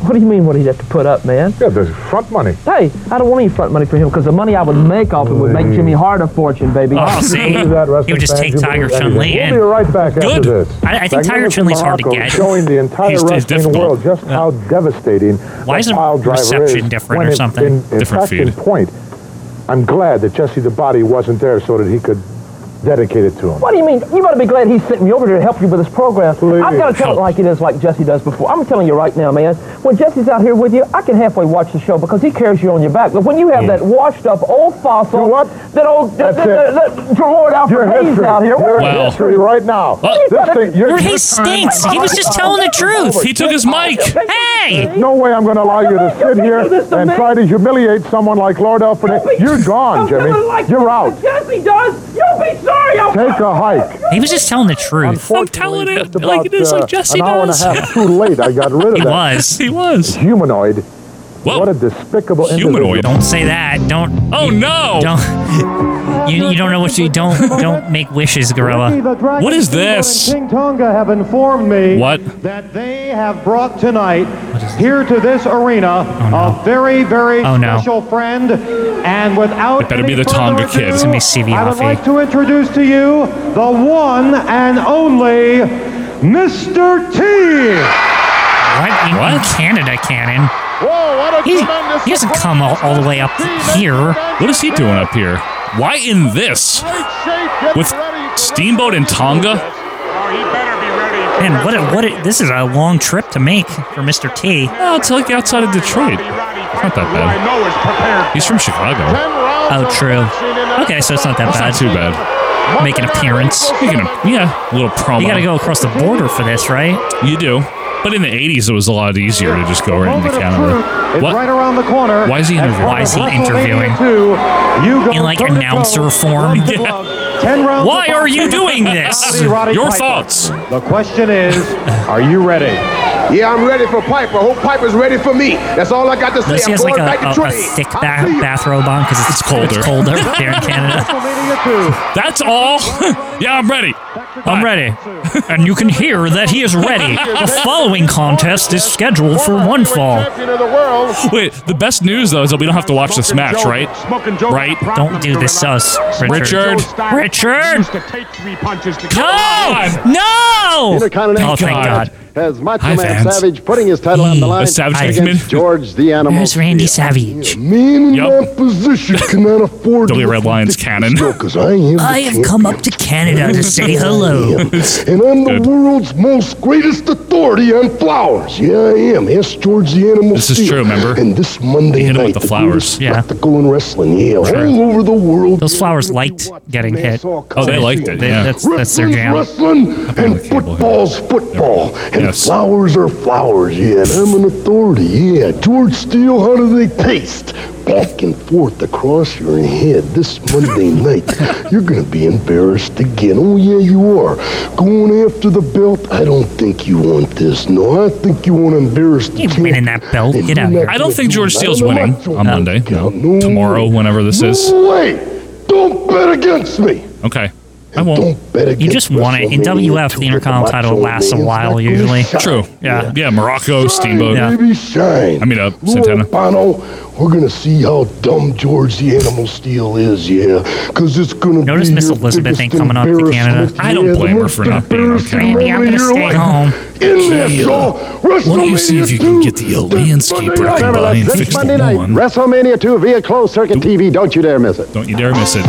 What do you mean? What he'd have to put up, man? Yeah, the front money. Hey, I don't want any front money for him because the money I would make off him would make Jimmy Hart a fortune, baby. Oh, see, Believe that, he wrestling would just fans? take You Tiger believe that? Chun Lee We'll be in. right back after Good. this. I- I think Tiger Magnificent Chun Lee's hard to Morocco get. Showing the entire He's- he's wrestling difficult. world just how devastating Why is the the pile driver reception is different when or it- something? In, in Different fact, in feed. point, I'm glad that Jesse the Body wasn't there so that he could dedicated to him. What do you mean? You better be glad he sent me over here to help you with this program. I've got to tell it like it is, like Jesse does before. I'm telling you right now, man. When Jesse's out here with you, I can halfway watch the show because he carries you on your back. But when you have that washed up old fossil, that old that, that, it. that, that Gerard Alfred Your Hayes history. out here, Your Wow. history right now. This thing, Your Hayes stinks. He was just telling the truth. He took his mic. Hey! There's no way I'm going to allow you to sit here and try to humiliate someone like Lord Alfred. Hayes. You're gone, Jimmy. You're out. Jesse does. You'll be sorry. I'll Take a hike. He was just telling the truth. I'm telling it like it is, like Jesse uh, an hour does. and a half too late. I got rid of He that. was. He was. Humanoid. What a despicable Humanoid. individual. Don't say that. Don't. Oh no! Don't. You, you don't know what you don't don't make wishes, gorilla. What is this? King Tonga have informed me What? that they have brought tonight here to this arena a very, very Oh, no. special friend. And without It better be any the Tonga further kid. ado, It's gonna be CV I would Offee. like to introduce to you the one and only Mr. T. What? In, in Canada, Cannon. He, he doesn't come all, all the way up here. What is he doing up here? Why in this? With Steamboat and Tonga? Man, what? A, what? A, this is a long trip to make for Mr. T. Oh, it's like outside of Detroit. It's not that bad. He's from Chicago. Oh, true. Okay, so it's not that That's not too bad. bad. Make an appearance. You can, yeah, a little promo. You got to go across the border for this, right? You do. But in the 80s, it was a lot easier to just go right into Canada. It's What? right around the corner. Why is he interviewing? Why is he interviewing? Two, you go In like toe to toe, announcer form. glove to glove, Ten rounds. Why of are boxing. you doing this? Roddy Your Piper. thoughts. The question is, are you ready? Yeah, I'm ready for Piper. Hope Piper's ready for me. That's all I got to say. Unless he I'm has going like a, back to a, a training. thick ba- bathrobe on because it's, It's colder. It's colder up there in Canada. WrestleMania two. That's all. Oh, yeah, I'm ready. I'm ready. And you can hear that he is ready. The following contest is scheduled for one fall. Champion of the world. Wait, the best news though is that we don't have to watch this match, right? Right? Don't do this to us, Richard. Richard. Richard! God! No! No! Intercontinental Oh, thank God. has Macho Hi, Man fans. Savage putting his title on the line Savage against Hickman. George the Animal. There's Randy Savage. Man in Yup. my position cannot afford W. this Red Lions ridiculous cannon. show 'cause I am, I have come up to Canada to say hello. and I'm the Good. world's most greatest authority on flowers. Yeah, I am. Ask George the Animal. This is Steel. true, remember? And this Monday He hit him night, with the flowers. greatest Yeah. spectacle in wrestling. Yeah, all over the world. Those flowers liked getting hit. Oh, they liked it. They- Yeah. That's, that's their Wrestling's jam. Wrestling and football's football. And Yes. flowers are flowers, yeah. And I'm an authority, yeah. George Steele, how do they taste? Back and forth across your head this Monday night. You're going to be embarrassed again. Oh, yeah, you are. Going after the belt, I don't think you want this. No, I think you want to embarrass the He's champ. winning that belt. And Get out of you're here. not I gonna don't think do George it. I Steele's don't winning know. on Monday. No, No. Tomorrow, whenever this is. No way. Don't bet against me. Okay. I won't. Don't bet You just want it. In WF, the Intercontinental title lasts a while usually. True. Yeah. Yeah, Morocco, Steamboat. Yeah. Baby, shine. I mean, uh, Lou Santana. Albano, we're gonna see how dumb George the Animal Steel is, yeah. Cause it's gonna Notice be Miss your Elizabeth ain't biggest coming up to Canada. embarrassment, I don't yeah, the blame her most for not being on embarrassing Canada. Maybe I'm moment gonna of your stay life. home. In that Yeah. show, Why don't you see if you can get the old landscaper to buy and This fix Monday the night, lawn? WrestleMania 2 via closed circuit TV. Don't you dare miss it. Don't you dare miss it.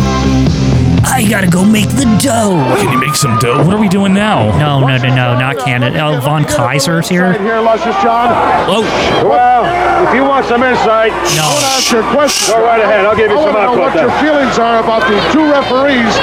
I gotta go make the dough. Can you make some dough? What are we doing now? No, no, no, no, not Canada. Oh, Von Kaiser's here. Here, Luscious John. Oh, Well, if you want some insight, No. ask your question. Go right ahead. I'll give you I some want to know output what then. your feelings are about the two referees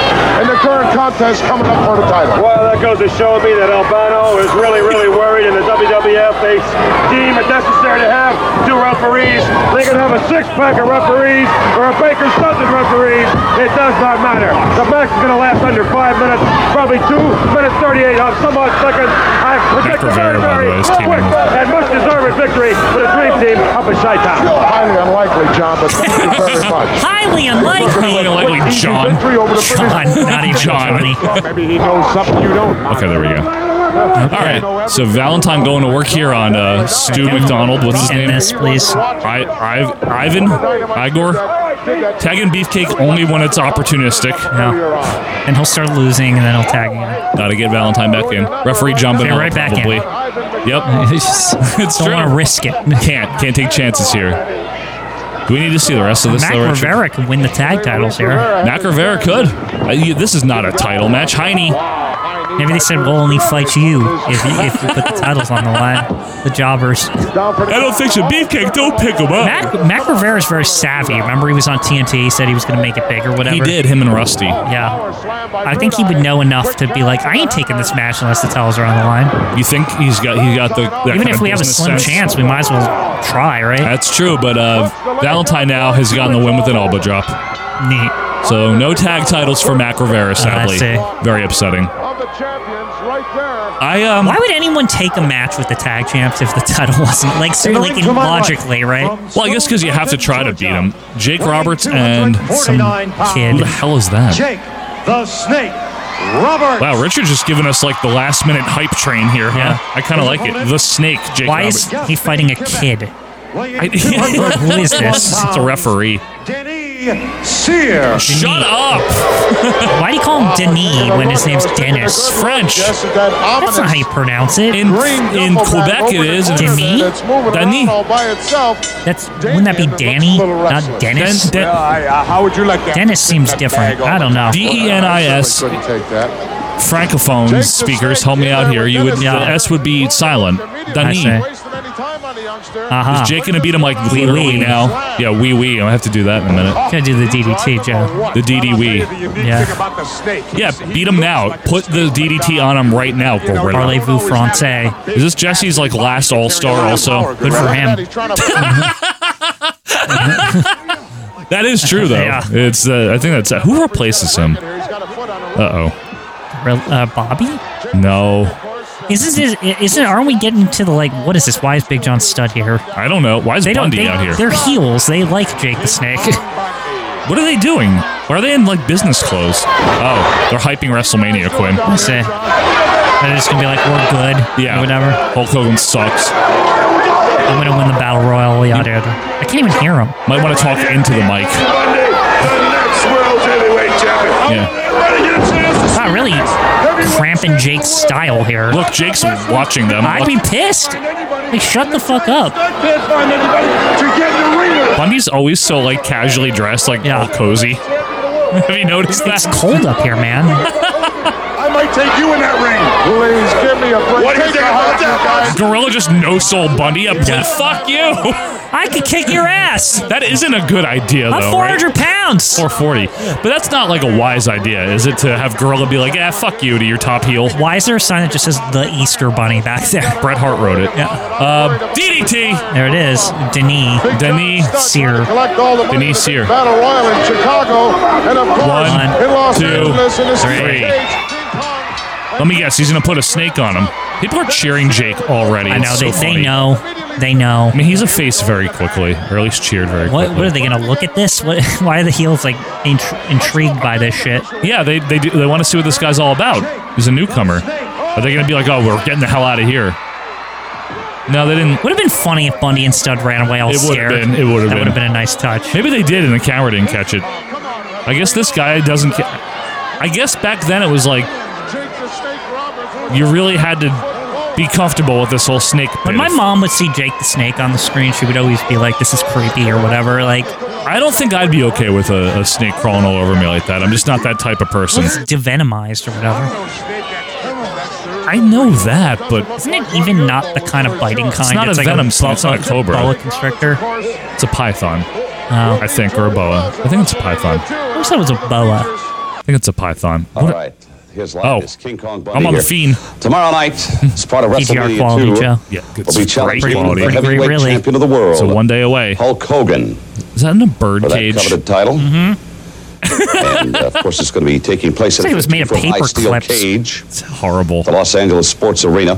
in the current contest coming up for the title. Well, that goes to show me that Albano is really, really worried, and the WWF they deem it necessary to have two referees. They can have a six-pack of referees or a Baker's dozen referees. It does not matter. The match is going to last under five minutes, probably two minutes thirty-eight on some odd seconds. I predict Jack a Rivera, by very, the very way, is teaming quick with- and much-deserved victory for the Dream Team up in Chi-Town. Highly unlikely, John, but thank you very much. Highly unlikely. Highly unlikely, John. Victory over the British John, not even John. Johnny. Well, maybe he knows something you don't. Okay, there we go. All right. So Valentine going to work here on uh, Stu McDonald. What's his End name? this, please. I, I, Ivan, Igor. Tagging Beefcake only when it's opportunistic. Yeah. And he'll start losing, and then he'll tag again. Got to get Valentine back in. Referee jumping Get right back in. probably. Yep. It's It's don't true. want to risk it. Can't can't take chances here. Do we need to see the rest of this? Mac though, Richard? Rivera could win the tag titles here. Mac Rivera could. Uh, you- this is not a title match. Heine. Maybe they said we'll only fight you if you, if you put the titles on the line. The jobbers. I don't think so. Beefcake, don't pick him up. Mac, Mac Rivera's very savvy. Remember, he was on TNT. He said he was going to make it big or whatever. He did, him and Rusty. Yeah. I think he would know enough to be like, I ain't taking this match unless the titles are on the line. You think he's got he got the that Even kind if of we have a business slim sense? chance, we might as well try, right? That's true, but uh, Valentine now has gotten the win with an elbow drop. Neat. So no tag titles for Mac Rivera, sadly. Ah, see. Very upsetting. I um. Why would anyone take a match with the tag champs if the title wasn't like, so, like in- logically, right? Well, I guess because you have to try to beat him. Jake Roberts and Some kid. Who the hell is that? Jake the Snake Roberts. Wow, Richard's just giving us like the last minute hype train here. Huh? I kind of like it. The snake, Jake. Why is Roberts. he fighting a kid? I- Who is this? It's a referee. Sear. Shut up! Why do you call him Denis when his name's Dennis? French. That's not how you pronounce it. In, in Quebec, it is. and it's- Denis? Denis. That's wouldn't that be Danny? Not Dennis. Den- Den- how would you like that? Dennis seems different. I don't know. D E N I S. Francophone speakers, help me out here. You would the S would be silent. Denis. say. Uh-huh. Is Jake gonna beat him like Wee literally wee. now? Yeah, wee wee. I have to do that in a minute. Gonna do the DDT, Joe. The DD wee. Yeah. Yeah, beat him now. Put the DDT on him right now, Gorilla. Parlez-vous français. Is this Jesse's like last All Star? Also, Good for him. That is true though. Yeah. It's uh, I think that's who replaces him. Uh oh. Rel- Uh, Bobby? No. Isn't this, isn't aren't we getting to the like what is this? Why is Big John Stud here? I don't know. Why is They don't Bundy they, out here? They're heels. They like Jake the Snake. What are they doing? Are they in like business clothes? Oh, they're hyping WrestleMania, Quinn. I say. They're just gonna be like, we're good. Yeah. Or whatever. Hulk Hogan sucks. I'm gonna win the battle royal. Yada yada. I can't even hear him. Might want to talk into the mic. Yeah. Not really cramping Jake's style here. Look, Jake's watching them. I'd Look, be pissed. Like, shut the fuck up. Bundy's always so like casually dressed, like all cozy. Have you noticed that? It's cold up here, man. I might take you in that ring. Please give me a break. What do you think about that? Gorilla just no soul Bundy. up. Fuck you. I could kick your ass. That isn't a good idea, I'm though. 400 pounds. Or 40. But that's not like a wise idea, is it? To have Gorilla be like, yeah, fuck you to your top heel. Why is there a sign that just says the Easter Bunny back there? Bret Hart wrote it. Yeah. Uh, DDT. There it is. Denis. Denis Sear. Collect all the money Denise for the Sear. Battle Royal in Chicago, and of course One, in Los two, Angeles in the three. Let me guess, he's gonna put a snake on him. People are cheering Jake already. I It's know. so They, they funny. know. They know. I mean, he's a face very quickly, or at least cheered very What, quickly. what are they going to look at this? What, why are the heels like intri- intrigued by this shit? Yeah, they they do, they want to see what this guy's all about. He's a newcomer. Are they gonna be like, oh, we're getting the hell out of here? No, they didn't. Would have been funny if Bundy and Stud ran away all It would have scared. been. It would have That been. would have been a nice touch. Maybe they did, and the camera didn't catch it. I guess this guy doesn't. Ca- I guess back then it was like you really had to be comfortable with this whole snake. When bit. my mom would see Jake the Snake on the screen, she would always be like, "This is creepy" or whatever. Like, I don't think I'd be okay with a, a snake crawling all over me like that. I'm just not that type of person. it's devenomized or whatever. I know that, but Isn't it even not the kind of biting kind? it's not a like venom boa- snake. It's not a cobra. boa constrictor. Um, It's a python, Oh. I think, or a boa. I think it's a python. I wish that was a boa. I think it's a python. All What- right. Here's live. Oh, It's King Kong Bundy I'm on the here. fiend. Tomorrow night, as part of PGR WrestleMania quality, 2, Joe. Yeah, good. will be challenging quality. the Pretty heavyweight great, really. champion of the world, So one day away. Hulk Hogan, Is that in a bird for that cage? coveted title. and uh, of course, it's going to be taking place in Looks like a Mm-hmm. it was made of 50-foot high paper steel clips. cage, It's horrible. the Los Angeles Sports Arena.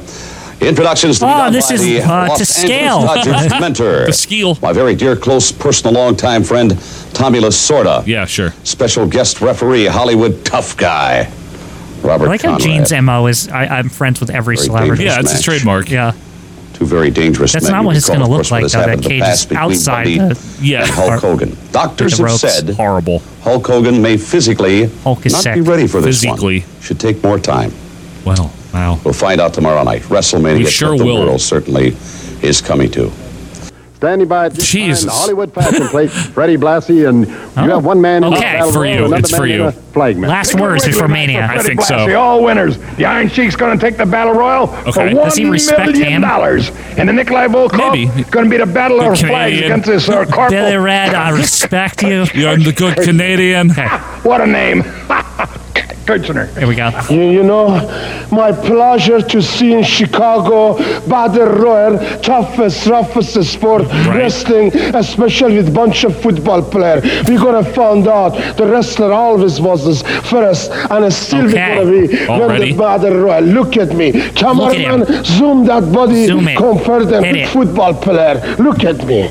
Introductions to be Oh, done this by is, uh, the Los to Angeles scale. Dodgers mentor, The skeel. my very dear, close, personal, longtime friend, Tommy Lasorda. Yeah, sure. Special guest referee, Hollywood tough guy, Robert I like how Conrad. Gene's mo is. I, I'm friends with every Very celebrity. dangerous Yeah, it's his match. trademark. Yeah, Two very dangerous That's men. not You what it's recall, gonna of look course, what like, has though. That happened in the cage is past between outside Bundy the- and Yeah. Hulk Hogan. Doctors the have ropes. said Horrible. Hulk Hogan may physically Hulk is not sick. be ready for this Physically. one. Should take more time. Well, wow. We'll find out tomorrow night. WrestleMania We sure what the will. world certainly is coming to. Standing by at this time, the Jesus. Oh. Hollywood Fashion Plate, Freddie Blassie, and you have one man. in Okay, the battle for royal, you. another It's man for in you. a Flagman. Last words before Mania. I think Blassie, so. all winners. The Iron Sheik's going to take the Battle Royal Okay. for one Does he respect million him? dollars, and the Nikolai Volkov going to be the Battle of Flags Canadian. against this uh, corporal. Billy Red, I respect you. You're the good Canadian. What a name, Kirchner. Here we go. You, you know, my pleasure to see in Chicago Battle Royal, toughest, roughest sport, wrestling, especially with bunch of football player. we gonna find out the wrestler always was this first, and Okay. still we gonna be Already. when the Battle Royal. Look at me, cameraman, zoom that body, Zoom it. compare them Hit with it. football player. Look at me.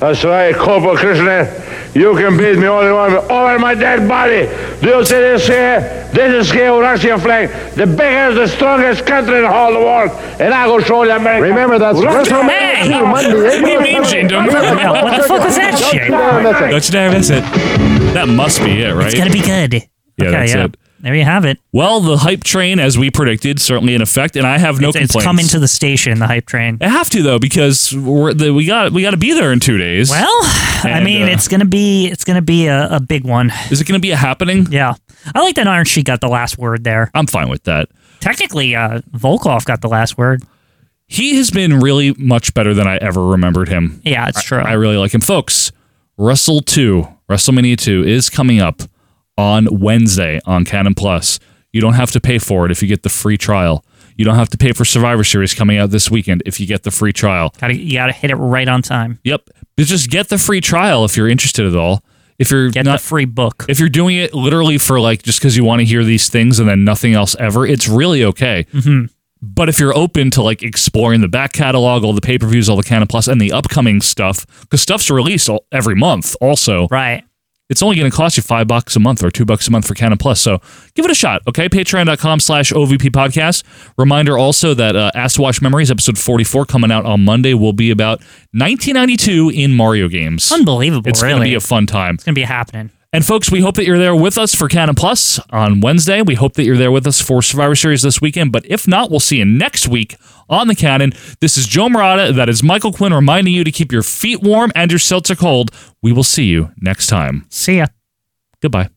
That's right, Corporal Krishna. You can beat me all you want, but over my dead body. Do you see this here? This is here, Russian flag. The biggest, the strongest country in the whole world. And I go show the America. Remember, that's WrestleMania. He means you don't What the fuck was that shit? Don't you dare miss it. That must be it, right? It's gonna be good. Yeah, Okay, that's yeah. it. There you have it. Well, the hype train, as we predicted, certainly in effect, and I have no It's complaints. coming to the station, the hype train. I have to though because we're, the, we got we got to be there in two days. Well, I And, mean, uh, it's gonna be it's gonna be a, a big one. Is it gonna be a happening? Yeah, I like that Iron Sheik got the last word there. I'm fine with that. Technically, uh, Volkov got the last word. he has been really much better than I ever remembered him. Yeah, it's I- true. I, really like him, folks. Wrestle two, WrestleMania two is coming up on Wednesday on Canon Plus. You don't have to pay for it if you get the free trial. You don't have to pay for Survivor Series coming out this weekend if you get the free trial. Gotta you gotta hit it right on time. Yep. But just get the free trial if you're interested at all. If you're get not, the free book. If you're doing it literally for like just because you want to hear these things and then nothing else ever, it's really okay. Mhm. But if you're open to like exploring the back catalog, all the pay per views, all the Canon Plus, and the upcoming stuff, because stuff's released all, every month, also. Right. It's only going to cost you five bucks a month or two bucks a month for Canon Plus. So give it a shot, okay? Patreon.com slash OVP podcast. Reminder also that uh, Ask to Watch Memories, episode 44, coming out on Monday, will be about 1992 in Mario games. Unbelievable, It's going to Oh, really. be a fun time. It's gonna be happening. And folks, we hope that you're there with us for Canon Plus on Wednesday. We hope that you're there with us for Survivor Series this weekend. But if not, we'll see you next week on the Canon. This is Joe Morata. That is Michael Quinn reminding you to keep your feet warm and your seltzer cold. We will see you next time. See ya. Goodbye.